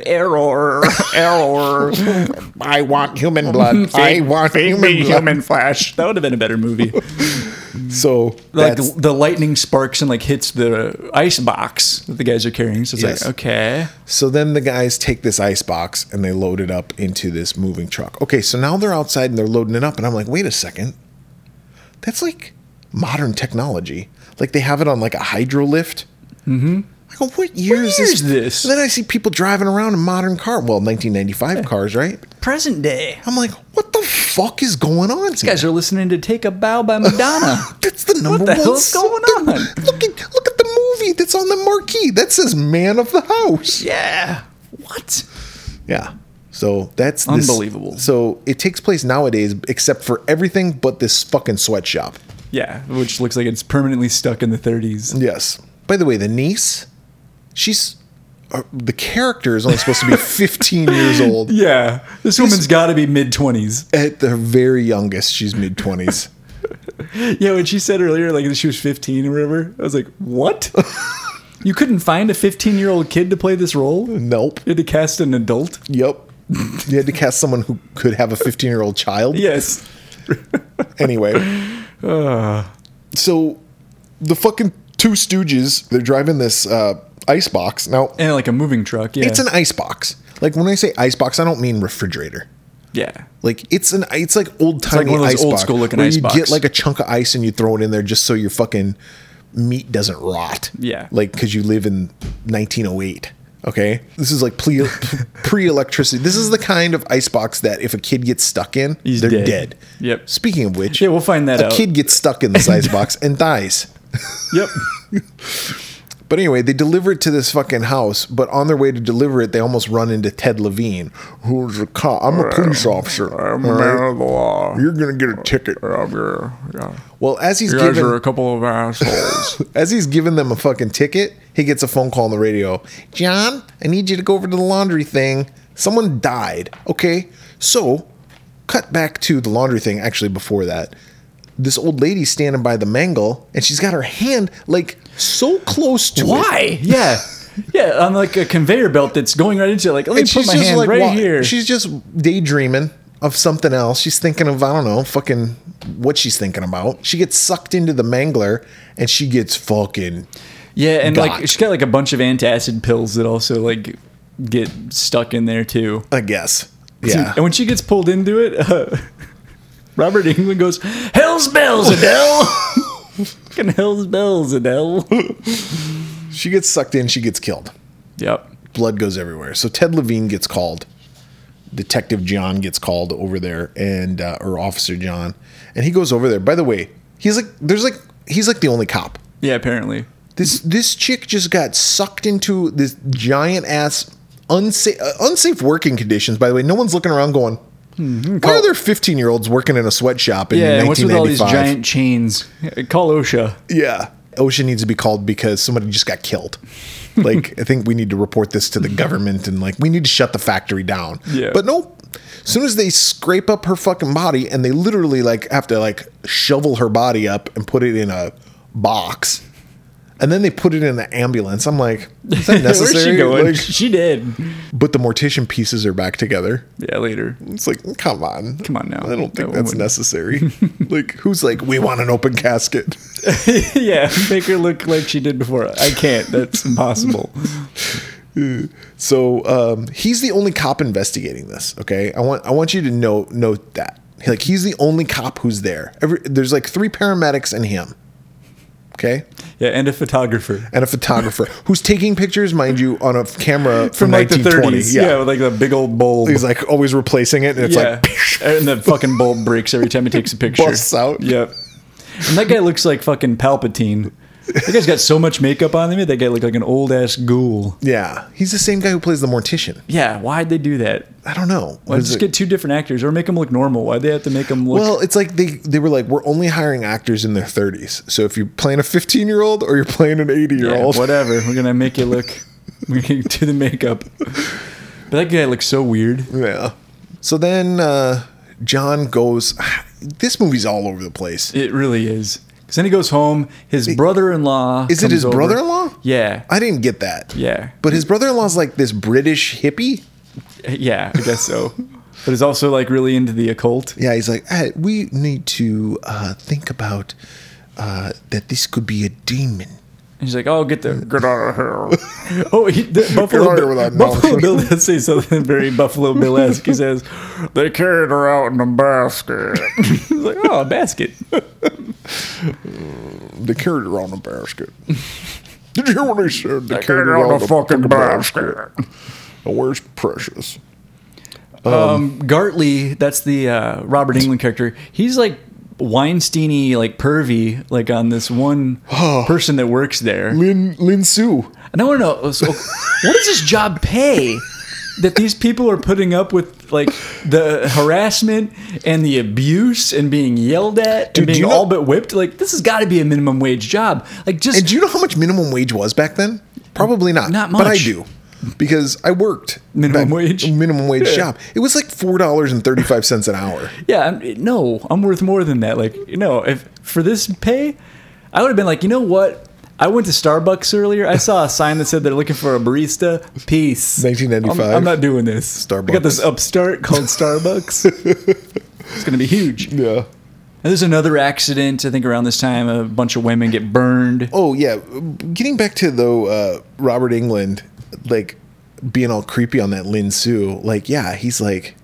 error, error.
I want human blood. I want human blood.
flash. That would have been a better movie.
So
like
that's-
the lightning sparks and like hits the ice box that the guys are carrying. So it's
Yes.
like okay,
So then the guys take this ice box and they load it up into this moving truck. Okay, so now they're outside and they're loading it up, and I'm like, wait a second, that's like modern technology. Like they have it on like a hydro lift. Mm-hmm. I go, what year is
year
this?
is this?
And then I see people driving around in modern car, well, 1995 cars, right?
present day.
I'm like, what the fuck is going on? here?
Guys are listening to "Take a Bow" by Madonna.
That's the number
the
one.
hell's
song.
going on?
Look at look at the movie that's on the marquee that says "Man of the House."
yeah. What?
Yeah. So that's this-
Unbelievable.
so it takes place nowadays, except for everything but this fucking sweatshop. Mm.
Yeah, which looks like it's permanently stuck in the 30s.
Yes. By the way, the niece, she's uh, the character is only supposed to be 15 years old.
Yeah, this woman's got to be mid twenties.
At the very youngest, she's mid 20s.
Yeah, when she said earlier, like she was fifteen or whatever, I was like, what? you couldn't find a fifteen-year-old kid to play this role? You
Nope.
had to cast an adult.
Yep. You had to cast someone who could have a 15 year old child.
Yes.
Anyway. So the fucking two stooges, they're driving this uh, ice box. Now,
And like a moving truck. Yeah.
it's an ice box. Like when I say ice box, I don't mean refrigerator.
yeah.
Like it's an it's like old
like
timey
one of those
ice
old
box
school looking
where
ice
you
box.
get like a chunk of ice and you throw it in there just so your fucking meat doesn't rot.
Yeah.
like because you live in 1908. Okay, this is like pre pre electricity. This is the kind of ice box that if a kid gets stuck in,
He's
they're
dead.
dead.
Yep.
Speaking of which,
Yeah, we'll find that
a
out.
kid gets stuck in this ice box and dies.
Yep.
But anyway, they deliver it to this fucking house. But on their way to deliver it, they almost run into Ted Levine, who's a cop. I'm a police officer. I'm a man of the law. You're gonna get a ticket. Well, as he's giving,
couple of assholes.
as he's giving them a fucking ticket, he gets a phone call on the radio. John, I need you to go over to the laundry thing. Someone died. Okay, so cut back to the laundry thing. Actually, before that, this old lady standing by the mangle, and she's got her hand like so close to it.
Why? Yeah. Yeah, on like a conveyor belt that's going right into it. Like, let me
And
put my hand right
wa-
here.
She's just daydreaming of something else. She's thinking of I don't know, fucking what she's thinking about. She gets sucked into the mangler and she gets fucking
yeah, and like
Got.
she's got like a bunch of antacid pills that also like get stuck in there too.
I guess. Yeah.
And when she gets pulled into it, uh, Robert England goes, "Hell's bells, Adele." Fucking hell's bells, Adele.
she gets sucked in, she gets killed.
yep.
Blood goes everywhere. So Ted Levine gets called. Detective John gets called over there and uh, or Officer John. And he goes over there. By the way, he's like there's like he's like the only cop.
Yeah, apparently.
This this chick just got sucked into this giant ass unsafe uh, unsafe working conditions. By the way, no one's looking around going, why are there fifteen year olds working in a sweatshop in
Hmm, Yeah, and what's with all
1995?
these giant chains? Call OSHA.
yeah, OSHA needs to be called because somebody just got killed. Like I think we need to report this to the government and like we need to shut the factory down.
Yeah.
but nope. As soon as they scrape up her fucking body and they literally like have to like shovel her body up and put it in a box. And then they put it in the ambulance. I'm like, is that necessary?
Where's she going?
Like,
she did.
but the mortician pieces are back together.
Yeah, later.
It's like, come on, come
on now.
I don't think
That
that's
woman-
necessary. like, who's like, we want an open casket?
yeah, make her look like she did before. I can't. That's impossible.
So um, he's the only cop investigating this. Okay, I want I want you to know note that like he's the only cop who's there. Every, there's like three paramedics and him. Okay,
Yeah, and a photographer
and a photographer who's taking pictures, mind you, on a camera from,
from like the
1920s.
30s. Yeah, with like the big old bulb.
he's like always replacing it, and it's
yeah,
like
and the fucking bulb breaks every time he takes a picture.
busts out.
Yep. And that guy looks like fucking Palpatine. That guy's got so much makeup on him. That guy looked like an old ass ghoul.
yeah. He's the same guy who plays the mortician.
Yeah, why'd they do that?
I don't know.
Why
Is
just
it-
get two different actors or make them look normal? Why'd they have to make them look?
Well, it's like they they were like, we're only hiring actors in their 30s. So if you're playing a 15 year old or you're playing an 80 year
Yeah,
old,
whatever. We're gonna make you look. We're gonna do the makeup. But that guy looks so weird.
yeah. So then uh, John goes. This movie's all over the place.
It really is. Because then he goes home. His brother-in-law
Is it
comes
his
over.
brother-in-law?
Yeah,
I didn't get that.
yeah,
But his brother-in-law's like this British hippie.
yeah. I guess so. but he's also like really into the occult.
Yeah, he's like, "Hey, we need to uh, think about uh, that this could be a demon.
And he's like, "Oh, get the get out of here." oh, he, the, Buffalo,
out of here
Bill-
with that
Buffalo
nonsense.
Bill does say something very Buffalo Bill-esque. He says, "They carried her out in a basket." he's like, "Oh, a basket."
They carried her on a basket. Did you hear what he said? They,
carried her on a fucking
And where's Precious? Um,
Um, Gartley, that's the uh, Robert England character. He's like Weinsteiny, like pervy, like on this one
Oh.
person that works there.
Lin Lin Su.
And I want to know, so, what does this job pay? that these people are putting up with like the harassment and the abuse and being yelled at
Dude,
and
do
being
you know-
all but whipped. Like this has got to be a minimum wage job. Like just
And do you know how much minimum wage was back then? Probably not.
Not
But I
much.
do. Because I worked
Minimum wage?
minimum wage
Yeah.
job. It was like four dollars and thirty five cents an hour.
yeah, I'm, no, I'm worth more than that. Like you know, if for this pay, I would have been like, you know what? I went to Starbucks earlier. I saw a sign that said they're looking for a barista. Peace.
1995.
I'm, I'm not doing this. I got this
Starbucks.
upstart called Starbucks. it's going to be huge.
Yeah.
And there's another accident, I think, around this time. A bunch of women get burned.
Oh yeah. Getting back to though uh, Robert England, like being all creepy on that Lin Su. Like yeah, he's like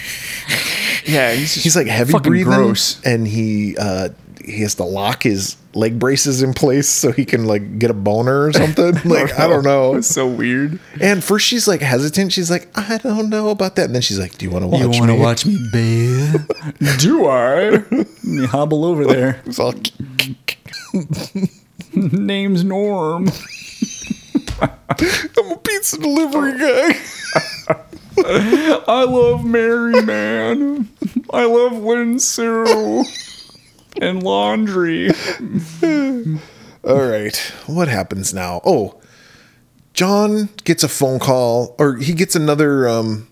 yeah, he's,
he's like heavy
fucking
breathing,
gross.
and he uh, he has to lock his leg braces in place so he can like get a boner or something. Like I don't know.
so weird.
And first she's like hesitant. She's like, I don't know about that. And then she's like, Do you want to watch?
You want to
me?"
watch me bathe? Do I? You hobble over there.
It's all-
Name's Norm.
I'm a pizza delivery guy.
I love Mary Man. I love Lindsay and laundry.
all right. What happens now? Oh, John gets a phone call, or he gets another. um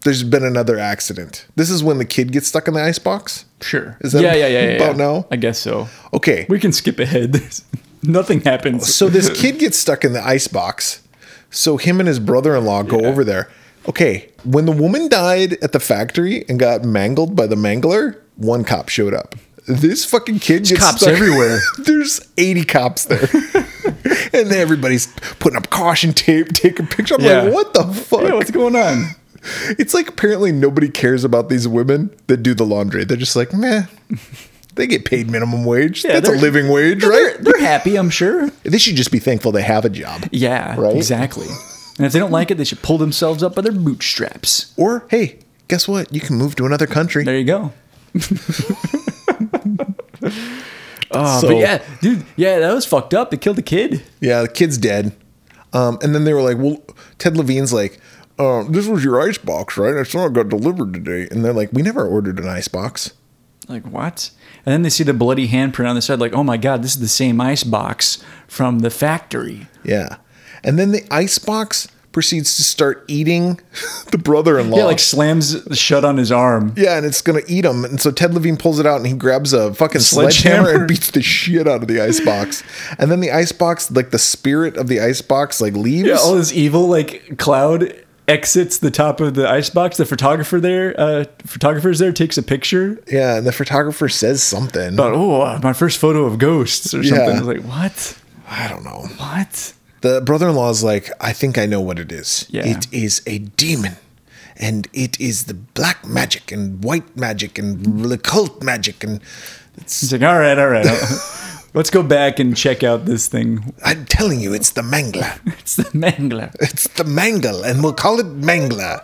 There's been another accident. This is when the kid gets stuck in the icebox.
Sure.
Is that
yeah, yeah, yeah, yeah.
about
yeah.
now?
I guess so.
Okay.
We can skip ahead. There's, nothing happens.
So this kid gets stuck in the icebox. So him and his brother-in-law go over there. Okay, when the woman died at the factory and got mangled by the mangler, one cop showed up. This fucking kid gets
cops
stuck-
everywhere.
There's 80 cops there. and everybody's putting up caution tape, taking pictures. I'm
Yeah.
like, what the fuck?
Yeah, what's going on?
it's like apparently nobody cares about these women that do the laundry. They're just like, meh. They get paid minimum wage. That's a
they're-
living wage,
They're,
right?
they're happy, I'm sure.
They should just be thankful they have a job.
Yeah,
Right?
exactly. And if they don't like it, they should pull themselves up by their bootstraps.
Or hey, guess what? You can move to another country.
There you go. Oh,
So-
but yeah, dude, yeah, that was fucked up. They killed a kid.
Yeah, the kid's dead. Um, and then they were like, "Well, Ted Levine's like, uh, this was your ice box, right? I saw it got delivered today." And they're like, "We never ordered an ice box."
Like what? And then they see the bloody handprint on the side. Like, oh my god, this is the same ice box from the factory.
Yeah. And then the ice box proceeds to start eating the brother-in-law.
Yeah, like slams shut on his arm.
Yeah, and it's gonna eat him. And so Ted Levine pulls it out and he grabs a fucking
Sledgehammer.
sledgehammer and beats the shit out of the ice box. And then the ice box, like the spirit of the ice box, like leaves.
Yeah, all this evil like cloud exits the top of the ice box. The photographer there, uh, photographer's there, takes a picture
Yeah, and the photographer says something.
about oh uh, my first photo of ghosts or something.
Yeah.
I was like, what?
I don't know.
What?
The brother in law is like, I think I know what it is.
Yeah.
It is a demon. And it is the black magic and white magic and occult magic. And it's,
He's like, all right, all right. Let's go back and check out this thing.
I'm telling you, it's the mangler.
It's the mangler.
It's the mangle. And we'll call it mangler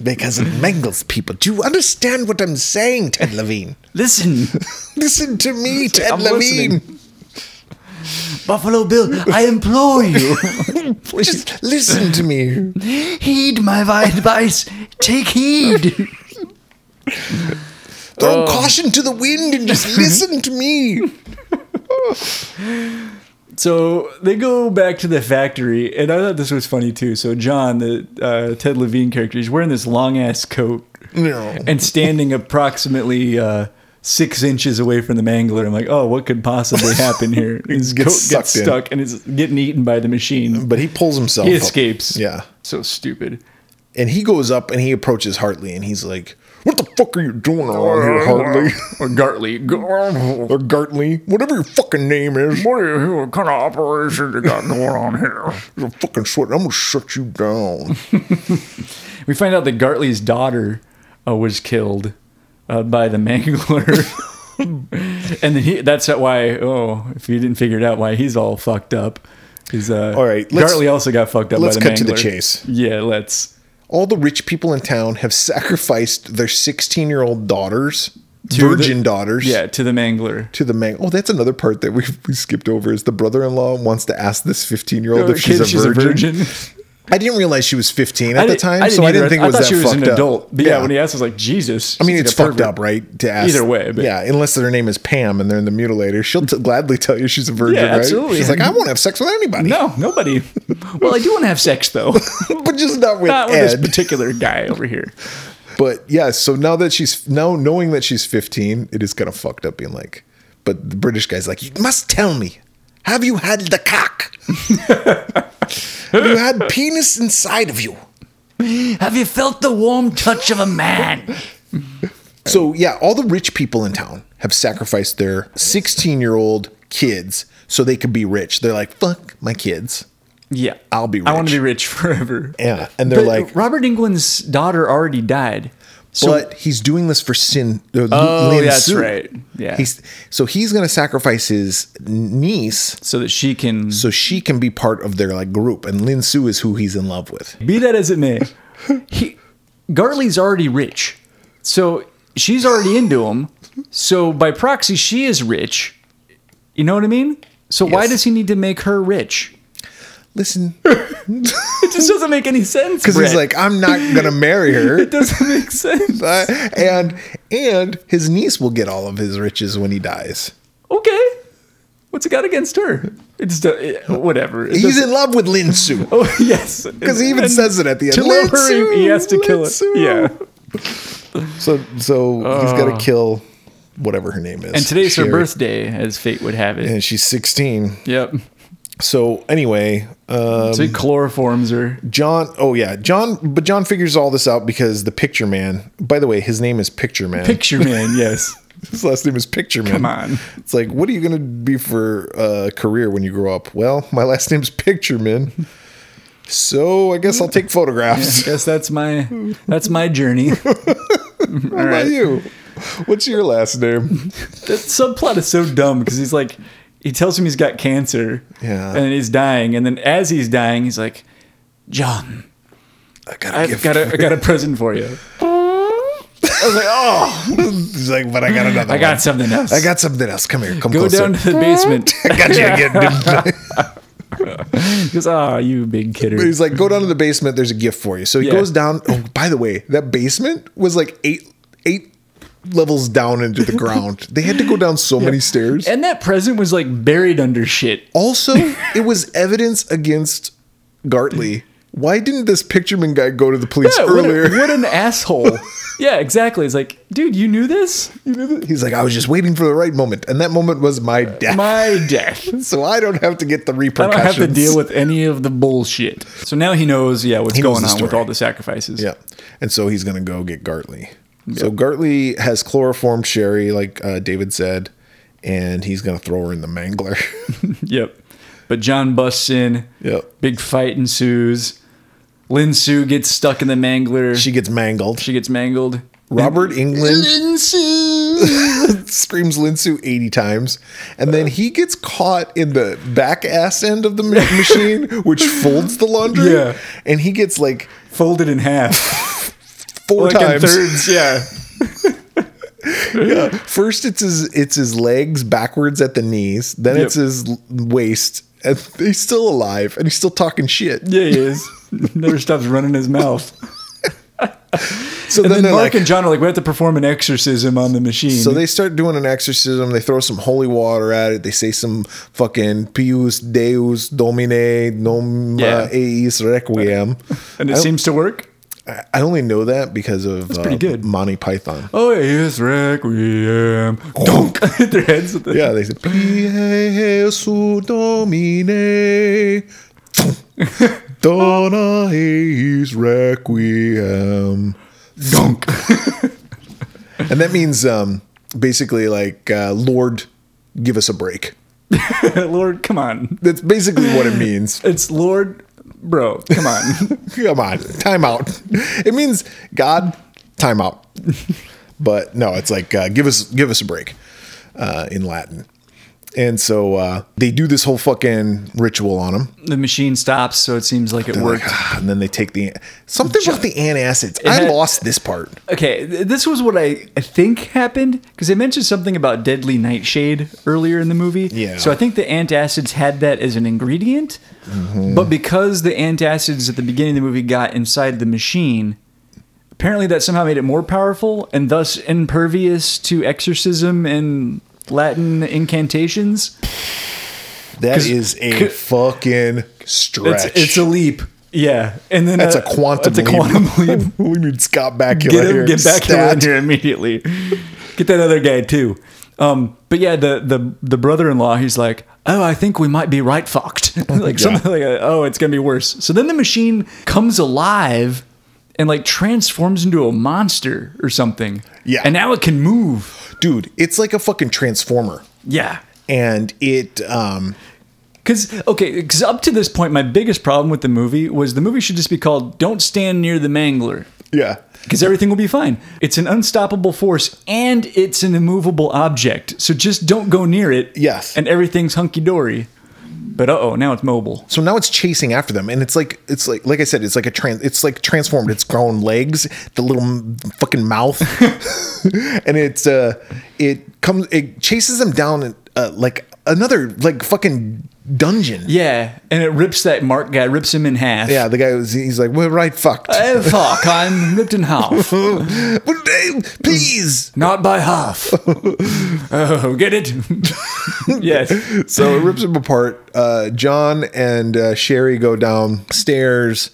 because it mangles people. Do you understand what I'm saying, Ted Levine?
Listen,
Listen to me, Ted
I'm
Levine.
listening. Buffalo Bill, I implore you,
Just listen to me.
heed my advice. Take heed. Oh.
Throw caution to the wind and just listen to me.
So they go back to the factory, and I thought this was funny too. So John, the uh, Ted Levine character, he's wearing this long ass coat
No.
and standing approximately uh, six inches away from the mangler. I'm like, oh, what could possibly happen here? His
Gets
coat gets
sucked in.
stuck and it's getting eaten by the machine.
But he pulls himself.
He
up.
escapes.
Yeah.
So stupid.
And he goes up and he approaches Hartley and he's like, What the fuck are you doing around here, Hartley?
Or Gartley.
or Gartley, whatever your fucking name is.
What, are, what kind of operation you got going on here?
You're fucking sweating. I'm gonna shut you down.
We find out that Gartley's daughter uh, was killed uh, by the mangler. and then he, that's why, oh, if you didn't figure it out, why he's all fucked up. Is, uh,
All right, let's-
Gartley also got fucked up
let's
by the
cut to the
mangler.
chase.
Yeah, let's.
All the rich people in town have sacrificed their 16 year old daughters,
the-
virgin daughters.
Yeah, to the mangler.
To the man. Oh, that's another part that we, we skipped over is the brother in law wants to ask this 15 year old
Oh,
if she's,
kid,
a, virgin.
virgin.
I didn't realize she was 15 at the
didn't-
time, so I
either.
didn't think it was
I thought
that
she was
fucked
an
up.
adult. But yeah. when he asked, I was like, Jesus.
I mean,
she's
it's
like a
fucked
pervert.
up, right? To ask
Either way, but-
yeah, unless her name is Pam and they're in the mutilator, she'll t- gladly tell you she's a virgin,
Yeah,
right?
absolutely.
She's like, I won't have sex with anybody,
No, nobody. well, I do want to have sex though.
but just not with
Not with this
Ed.
particular guy over here.
but yeah, so now that she's now knowing that she's 15, it is kind of fucked up being like, but the British guy's like, you must tell me, have you had the cock? have you had penis inside of you?
Have you felt the warm touch of a man?
So yeah, all the rich people in town have sacrificed their 16 year old kids so they could be rich. They're like, fuck my kids.
Yeah,
I'll be
I want
rich.
to be rich forever.
Yeah. And they're
But
like,
Robert England's daughter already died. So
but he's doing this for Sin. Uh,
Oh,
Lin
that's
Su.
right. Yeah.
He's, so he's going to sacrifice his niece
so that she can
so she can be part of their like group. And Lin Su is who he's in love with.
be that as it may, he Garley's already rich, so she's already into him. So by proxy, she is rich. You know what I mean? So why
Yes.
does he need to make her rich?
Listen,
It just doesn't make any sense.
because he's
Brett.
like, I'm not gonna marry her.
it doesn't make sense.
Uh, and and his niece will get all of his riches when he dies.
okay, what's it got against her? It just do- it- whatever. It
He's
doesn't-
in love with Lin Su.
Oh yes,
Because he even
And
says it at the end.
to lure
Lin
her, he- he
Su,
has to
Lin
kill her.
Su.
Yeah. Oh.
So so he's got to kill whatever her name is.
And today's her
Sherry.
birthday, as fate would have it.
And she's 16.
Yep.
So anyway, um,
So he chloroforms her.
John. Oh yeah, John. But John figures all this out because the Picture Man. By the way, his name is Picture Man.
Picture man, yes.
His last name is Picture Man.
Come on.
It's like, what are you going to be for a career when you grow up? Well, my last name's Picture Man. So I guess I'll take photographs.
I guess that's my that's my journey.
What about you? What's your last name?
That subplot is so dumb because he's like, he tells him he's got cancer,
Yeah.
and he's dying, and then as he's dying, he's like, John,
I gotta
I've got a, I got a present for you.
oh. He's like, but I got another.
I
one.
got something else.
I got something else. Come here. Come
Go
closer.
down to the basement.
I got you again. dude.
He goes, ah, you big
But
kidder.
he's like, go down to the basement. There's a gift for you. So he
Yeah.
goes down. Oh, by the way, that basement was like eight eight levels down into the ground. They had to go down so many stairs.
And that present was like buried under shit.
Also, it was evidence against Gartley. Why didn't this pictureman guy go to the police
Yeah, what a-
earlier?
what an asshole. yeah, exactly. It's like, dude, you knew this?
He's like, I was just waiting for the right moment, and that moment was my death.
My death.
so I don't have to get the
I
repercussions.
don't have to deal with any of the bullshit. So now he knows, yeah, what's
He knows
going
the
on with
story.
all the sacrifices.
Yeah. And so he's going to go get Gartley. So Gartley has chloroformed Sherry, like uh, David said, and he's going to throw her in the mangler.
Yep. But John busts in.
Yep.
Big fight ensues. Lin Su gets stuck in the mangler.
she
She,
gets mangled.
gets mangled.
Robert England screams Linsu 80 times. And
Uh.
then he gets caught in the back ass end of the ma- machine, which folds the laundry.
Yeah.
And he gets like
Folded in half.
four
like in
times.
thirds, yeah.
First, it's his it's his legs backwards at the knees. Then
Yep.
it's his l- waist. And he's still alive, and he's still talking shit.
Yeah, he is. Never stops running his mouth.
So
And
then,
then,
they're
Mark
like,
and John are like, we have to perform an exorcism on the machine.
so they start doing an exorcism. They throw some holy water at it. They say some fucking Pius Deus Domine Nom
Yeah.
Eis Requiem.
and it
I-
seems to work.
I I only know that because of
pretty
uh,
good.
Monty Python.
Oh, yes, Requiem. Donk. Hit their heads with the.
Yeah, they say Pius Domine Dona Eis Requiem.
Donk.
And that means um, basically like uh, Lord, give us a break.
Lord, come on.
That's basically what it means.
It's Lord, bro, come on.
Come on, time out. It means God, time out. But no, it's like uh, give us give us a break uh, in Latin. And so uh, they do this whole fucking ritual on him.
The machine stops, so it seems like it
Like,
worked.
ah, and then they take the something about the antacids. I
had-
lost this part.
Okay, th- this was what I, I think happened because they mentioned something about deadly nightshade earlier in the movie.
Yeah.
So I think the antacids had that as an ingredient,
Mm-hmm.
but because the antacids at the beginning of the movie got inside the machine, apparently that somehow made it more powerful and thus impervious to exorcism and Latin incantations.
That
'Cause-
is a fucking stretch.
It's, it's a leap. Yeah, and then
That's
uh,
a quantum.
That's a quantum leap.
we need Scott Bakula
get
here.
him, get back
Stat.
in there immediately. Get that other guy too. Um, but yeah, the the the brother-in-law, he's like, "Oh, I think we might be right fucked." like
Yeah.
something like, that. "Oh, it's gonna be worse." So then the machine comes alive and like transforms into a monster or something.
Yeah.
and now it can move.
dude. It's like a fucking transformer,
Yeah,
and it. um
Because okay, because up to this point, my biggest problem with the movie was the movie should just be called "Don't Stand Near the Mangler."
Yeah,
because everything will be fine. It's an unstoppable force and it's an immovable object. So just don't go near it.
Yes.
And everything's hunky dory. But uh oh, now it's mobile.
so now it's chasing after them, and it's like it's like like I said, it's like a trans. It's like transformed. It's grown legs, the little m- fucking mouth, and it's uh, it comes, it chases them down uh, like another like fucking dungeon.
Yeah. And it rips that Mark guy, rips him in half.
Yeah, the guy was he's like, we're right fucked.
Oh, fuck, I'm ripped in half.
Please.
Not by half. Oh, get it? yes.
So it rips him apart. Uh, John and uh, Sherry go downstairs,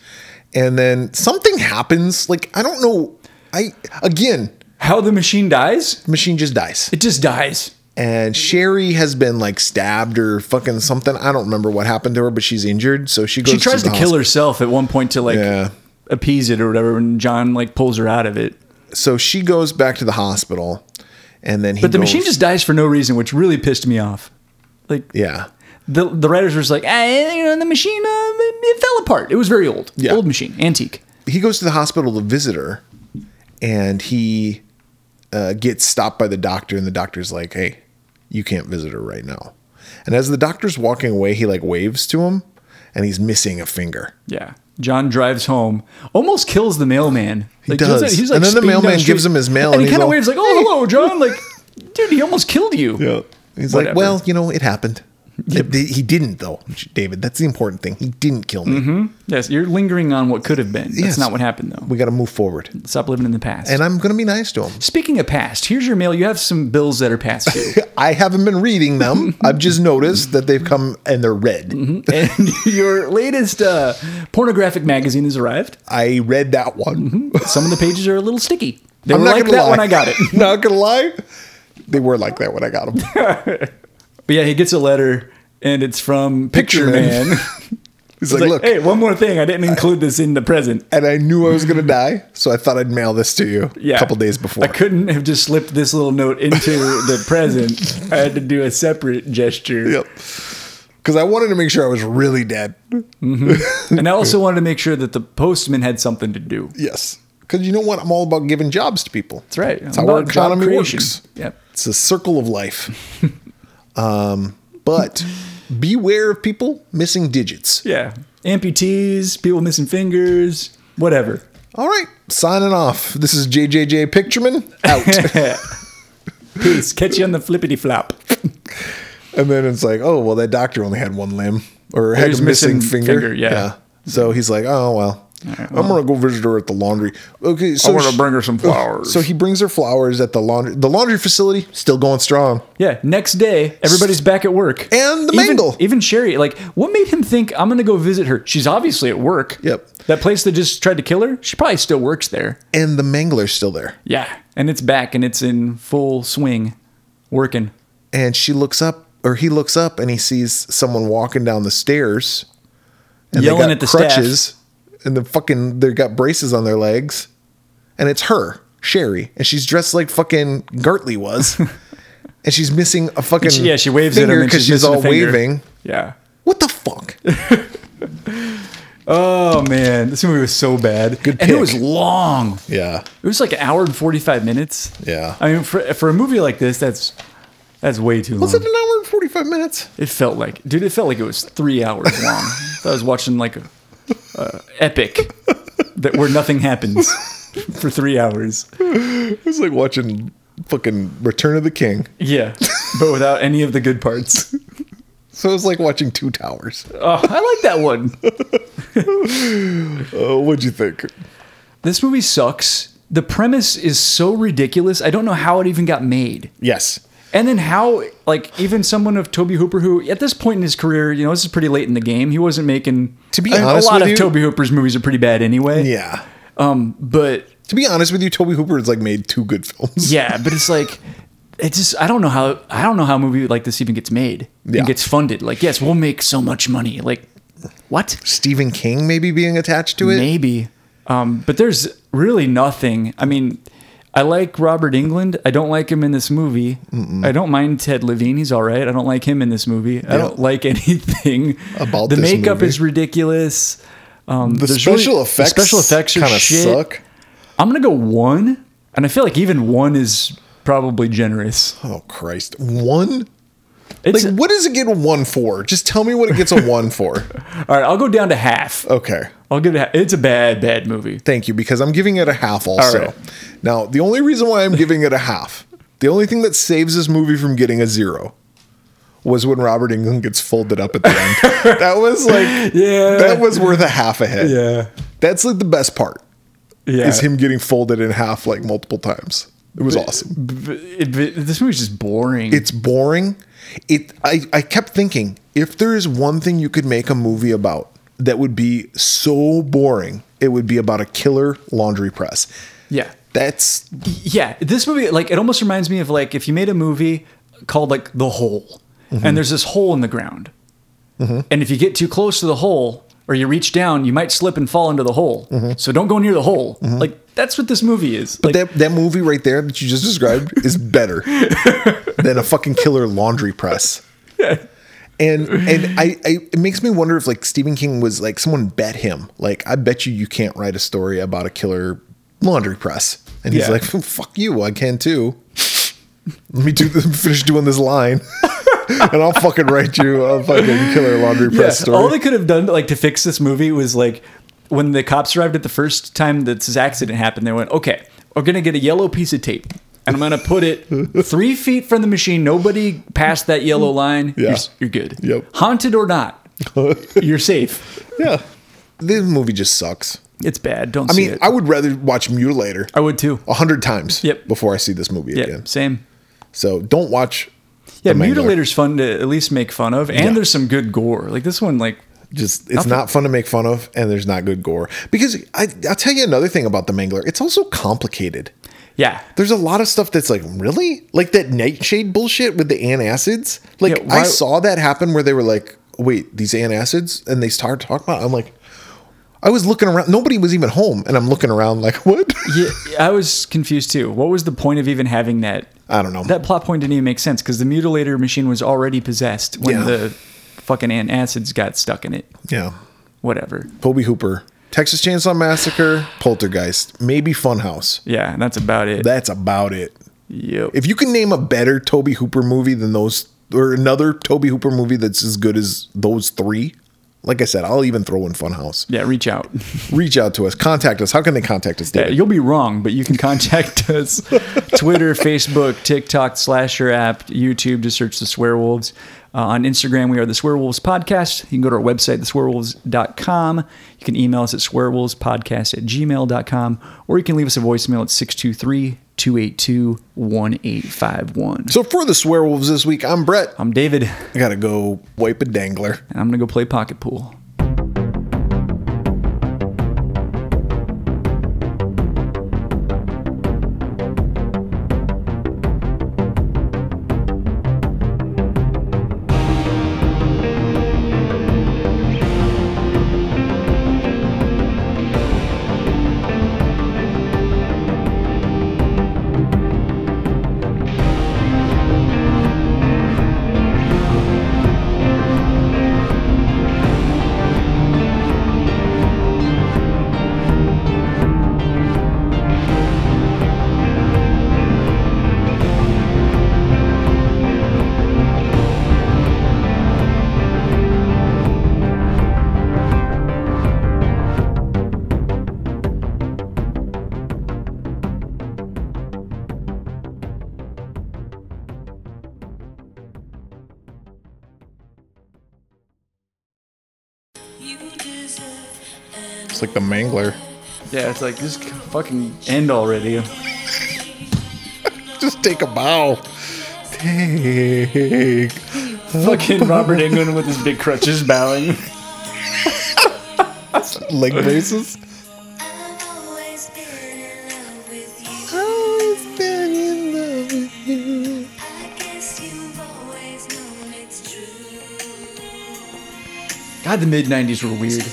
and then something happens. Like I don't know. I again,
How the machine dies?
machine just dies,
It just dies. Mm-hmm.
and Sherry has been like stabbed or fucking something. I don't remember what happened to her, but she's injured. So she goes.
She tries to
the
kill
hosp-
herself at one point to like
Yeah.
appease it or whatever, and John like pulls her out of it.
So she goes back to the hospital, and then he.
But the
goes-
machine just dies for no reason, which really pissed me off. Like
Yeah.
the the writers were just like, "Eh, you know, the machine uh, it, it fell apart. It was very old,
Yeah.
old machine, antique.
he goes to the hospital to visit her and he uh, gets stopped by the doctor and the doctor's like hey you can't visit her right now and as the doctor's walking away he like waves to him and he's missing a finger
Yeah. John drives home, almost kills the mailman. Like,
does. And then the
speeding down
mailman
street,
gives him his mail
and,
and
he
he's
kind of
all,
waves like, "Oh, hello, John!" Like, dude, he almost killed you.
he's like
Whatever.
well you know it happened It- he didn't though david that's the important thing he didn't kill me
Mm-hmm. Yes, you're lingering on what could have been. That's
Yes.
not what happened though.
we got to move forward
Stop living in the past.
and i'm gonna be nice to him
Speaking of past, here's your mail. You have some bills that are past due.
i haven't been reading them i've just noticed that they've come and they're red
Mm-hmm. and your latest uh, pornographic magazine has arrived.
i read that one
Some of the pages are a little sticky. Mm-hmm. They were like that when I got it.
not gonna lie, they were like that when I got them.
But yeah, he gets a letter and it's from Picture,
Picture Man.
Man. It's
He's like,
like,
look,
hey, one more thing. I didn't include this in the present.
and I knew I was gonna die, so I thought I'd mail this to you
Yeah.
a couple days before.
I couldn't have just slipped this little note into the present. I had to do a separate gesture.
Yep. Because I wanted to make sure I was really dead.
And I also wanted to make sure that the postman had something to do.
Yes. Because you know what? I'm all about giving jobs to people.
That's right.
That's
I'm
how our
about job
economy
creation.
works.
Yep.
It's a circle of life. um, but beware of people missing digits.
Yeah. Amputees, people missing fingers, whatever.
All right, signing off. This is JJJ Pictureman out.
Peace. Catch you on the flippity flop.
And then it's like, oh well, that doctor only had one limb or
he's
had a missing,
missing
finger.
finger, yeah.
So he's like, oh well, I'm gonna go visit her at the laundry. Okay, so
wanna
sh-
bring her some flowers.
So he brings her flowers at the laundry. The laundry facility still going strong.
Yeah. Next day, everybody's back at work.
And the
even,
mangle.
Even Sherry. Like, what made him think I'm going to go visit her? She's obviously at work.
Yep.
That place that just tried to kill her, she probably still works there.
And the mangler's still there.
Yeah. And it's back and it's in full swing working.
And she looks up, or he looks up, and he sees someone walking down the stairs. And
Yelling at the staff.
and the fucking they got braces on their legs, and it's her, Sherry, and she's dressed like fucking Gartley was. And she's missing a fucking
She- yeah. She waves at
finger
him and
because she's,
missing a
all
finger.
waving.
Yeah.
What the fuck?
Oh, man. This movie was so bad.
Good
And it
pick.
was long.
Yeah,
It was like an hour and 45 minutes.
yeah.
I mean, for, for a movie like this, that's that's way too
was
long.
it an hour and forty 45 minutes?
It felt like, dude, it felt like it was three hours long. I was watching like a uh, epic that where nothing happens for three hours.
It was like watching fucking Return of the King.
Yeah, but without any of the good parts.
So it was like watching Two Towers.
Oh, I like that one.
Oh, what'd you think?
This movie sucks. The premise is so ridiculous. I don't know how it even got made.
Yes.
And then how, like, even someone of Toby Hooper, who at this point in his career, you know, this is pretty late in the game. He wasn't making.
To be
I mean,
honest
a lot
with
of
you-
Toby Hooper's movies are pretty bad anyway.
Yeah.
but
To be honest with you, Toby Hooper has like made two good films.
yeah, but it's like, it just I don't know how I don't know how a movie like this even gets made
Yeah.
and gets funded. Like, yes, we'll make so much money. Like, what?
Stephen King maybe being attached to it.
Maybe. Um, but there's really nothing. I mean, I like Robert England. I don't like him in this movie. I don't mind Ted Levine. He's all right. I don't like him in this movie. I don't like anything
About
the
this
makeup
movie.
is ridiculous.
the
there's
special
really- the
effects
special effects are
kinda
shit.
suck.
I'm gonna go one, and I feel like even one is probably generous.
Oh Christ. One? Like
It's,
what does it get a one for? Just tell me what it gets a one for.
all right, I'll go down to half.
Okay.
I'll give it. A, it's a bad, bad movie.
Thank you, because I'm giving it a half also.
right.
Now, the only reason why I'm giving it a half, the only thing that saves this movie from getting a zero was when Robert England gets folded up at the end. that was like
Yeah.
that was worth a half a hit.
Yeah.
That's like the best part
Yeah,
is him getting folded in half like multiple times. It was awesome.
B- b- this movie's just boring.
it's boring. It I, I kept thinking if there is one thing you could make a movie about that would be so boring, it would be about a killer laundry press.
yeah.
That's
Yeah, this movie like it almost reminds me of like if you made a movie called like The Hole, and there's this hole in the ground, and if you get too close to the hole or you reach down, you might slip and fall into the hole. So don't go near the hole. Like that's what this movie is. Like,
that that movie right there that you just described is better than a fucking killer laundry press. And and I, I it makes me wonder if like Stephen King was like someone bet him like I bet you you can't write a story about a killer laundry press and he's
Yeah.
like fuck you I can too let me do finish doing this line and I'll fucking write you a fucking killer laundry
yeah,
press story
all they could have done like to fix this movie was like when the cops arrived at the first time that this accident happened, they went, "Okay, we're gonna get a yellow piece of tape." And I'm gonna put it three feet from the machine. Nobody past that yellow line. You're,
Yeah.
s- you're good.
Yep.
Haunted or not, you're safe.
yeah this movie just sucks
It's bad. Don't
I
see
mean
it.
I Oh, would rather watch Mutilator
I would too.
a hundred times
Yep.
before I see this movie
Yeah,
again
same.
So don't watch.
Yeah,
The Mangler.
Mutilator's fun to at least make fun of, and
Yeah.
there's some good gore. Like this one, like
Just it's not fun to make fun of, and there's not good gore. Because I, I'll tell you another thing about the Mangler. It's also complicated.
yeah,
There's a lot of stuff that's like really like that nightshade bullshit with the antacids. Like
Yeah, why-
I saw that happen where they were like, "Wait, these antacids," and they started talking about. it. I'm like, I was looking around. Nobody was even home, and I'm looking around like, "What?"
yeah. I was confused too. What was the point of even having that?
I don't know.
That plot point didn't even make sense because the mutilator machine was already possessed when
Yeah.
the fucking antacids got stuck in it.
yeah,
Whatever.
Toby Hooper, Texas Chainsaw Massacre, Poltergeist, maybe Funhouse.
Yeah, and that's about it.
That's about it.
yep.
If you can name a better Toby Hooper movie than those, or another Toby Hooper movie that's as good as those three, like I said, I'll even throw in Funhouse.
yeah, reach out.
Reach out to us, contact us. How can they contact us,
Yeah,
David?
you'll be wrong, but you can contact us Twitter, Facebook, TikTok, Slasher app, YouTube, just search The Swearwolves. Uh, on Instagram, we are The Swearwolves Podcast. You can go to our website, theswearwolves.com. You can email us at swearwolvespodcast at gmail.com, or you can leave us a voicemail at 623 282 1851.
so for the Swearwolves this week, I'm Brett.
I'm David,
I gotta go wipe a dangler.
and I'm going to go play pocket pool.
It's like the Mangler.
Yeah, it's like just fucking end already.
Just take a bow. Take.
fucking Robert England with his big crutches bowing.
Leg braces.
God, the mid '90s were weird.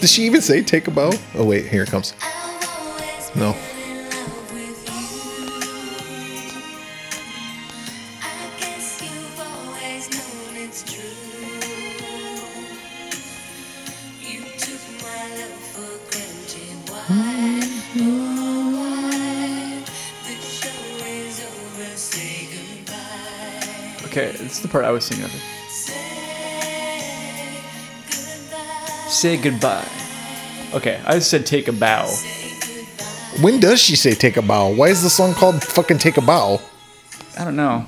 Does she even say take a bow? Oh, wait, here it comes. No.
Okay, this is the part I was singing of it. Say goodbye. Okay, I said take a bow.
When does she say take a bow? Why is the song called fucking take a bow?
I don't know.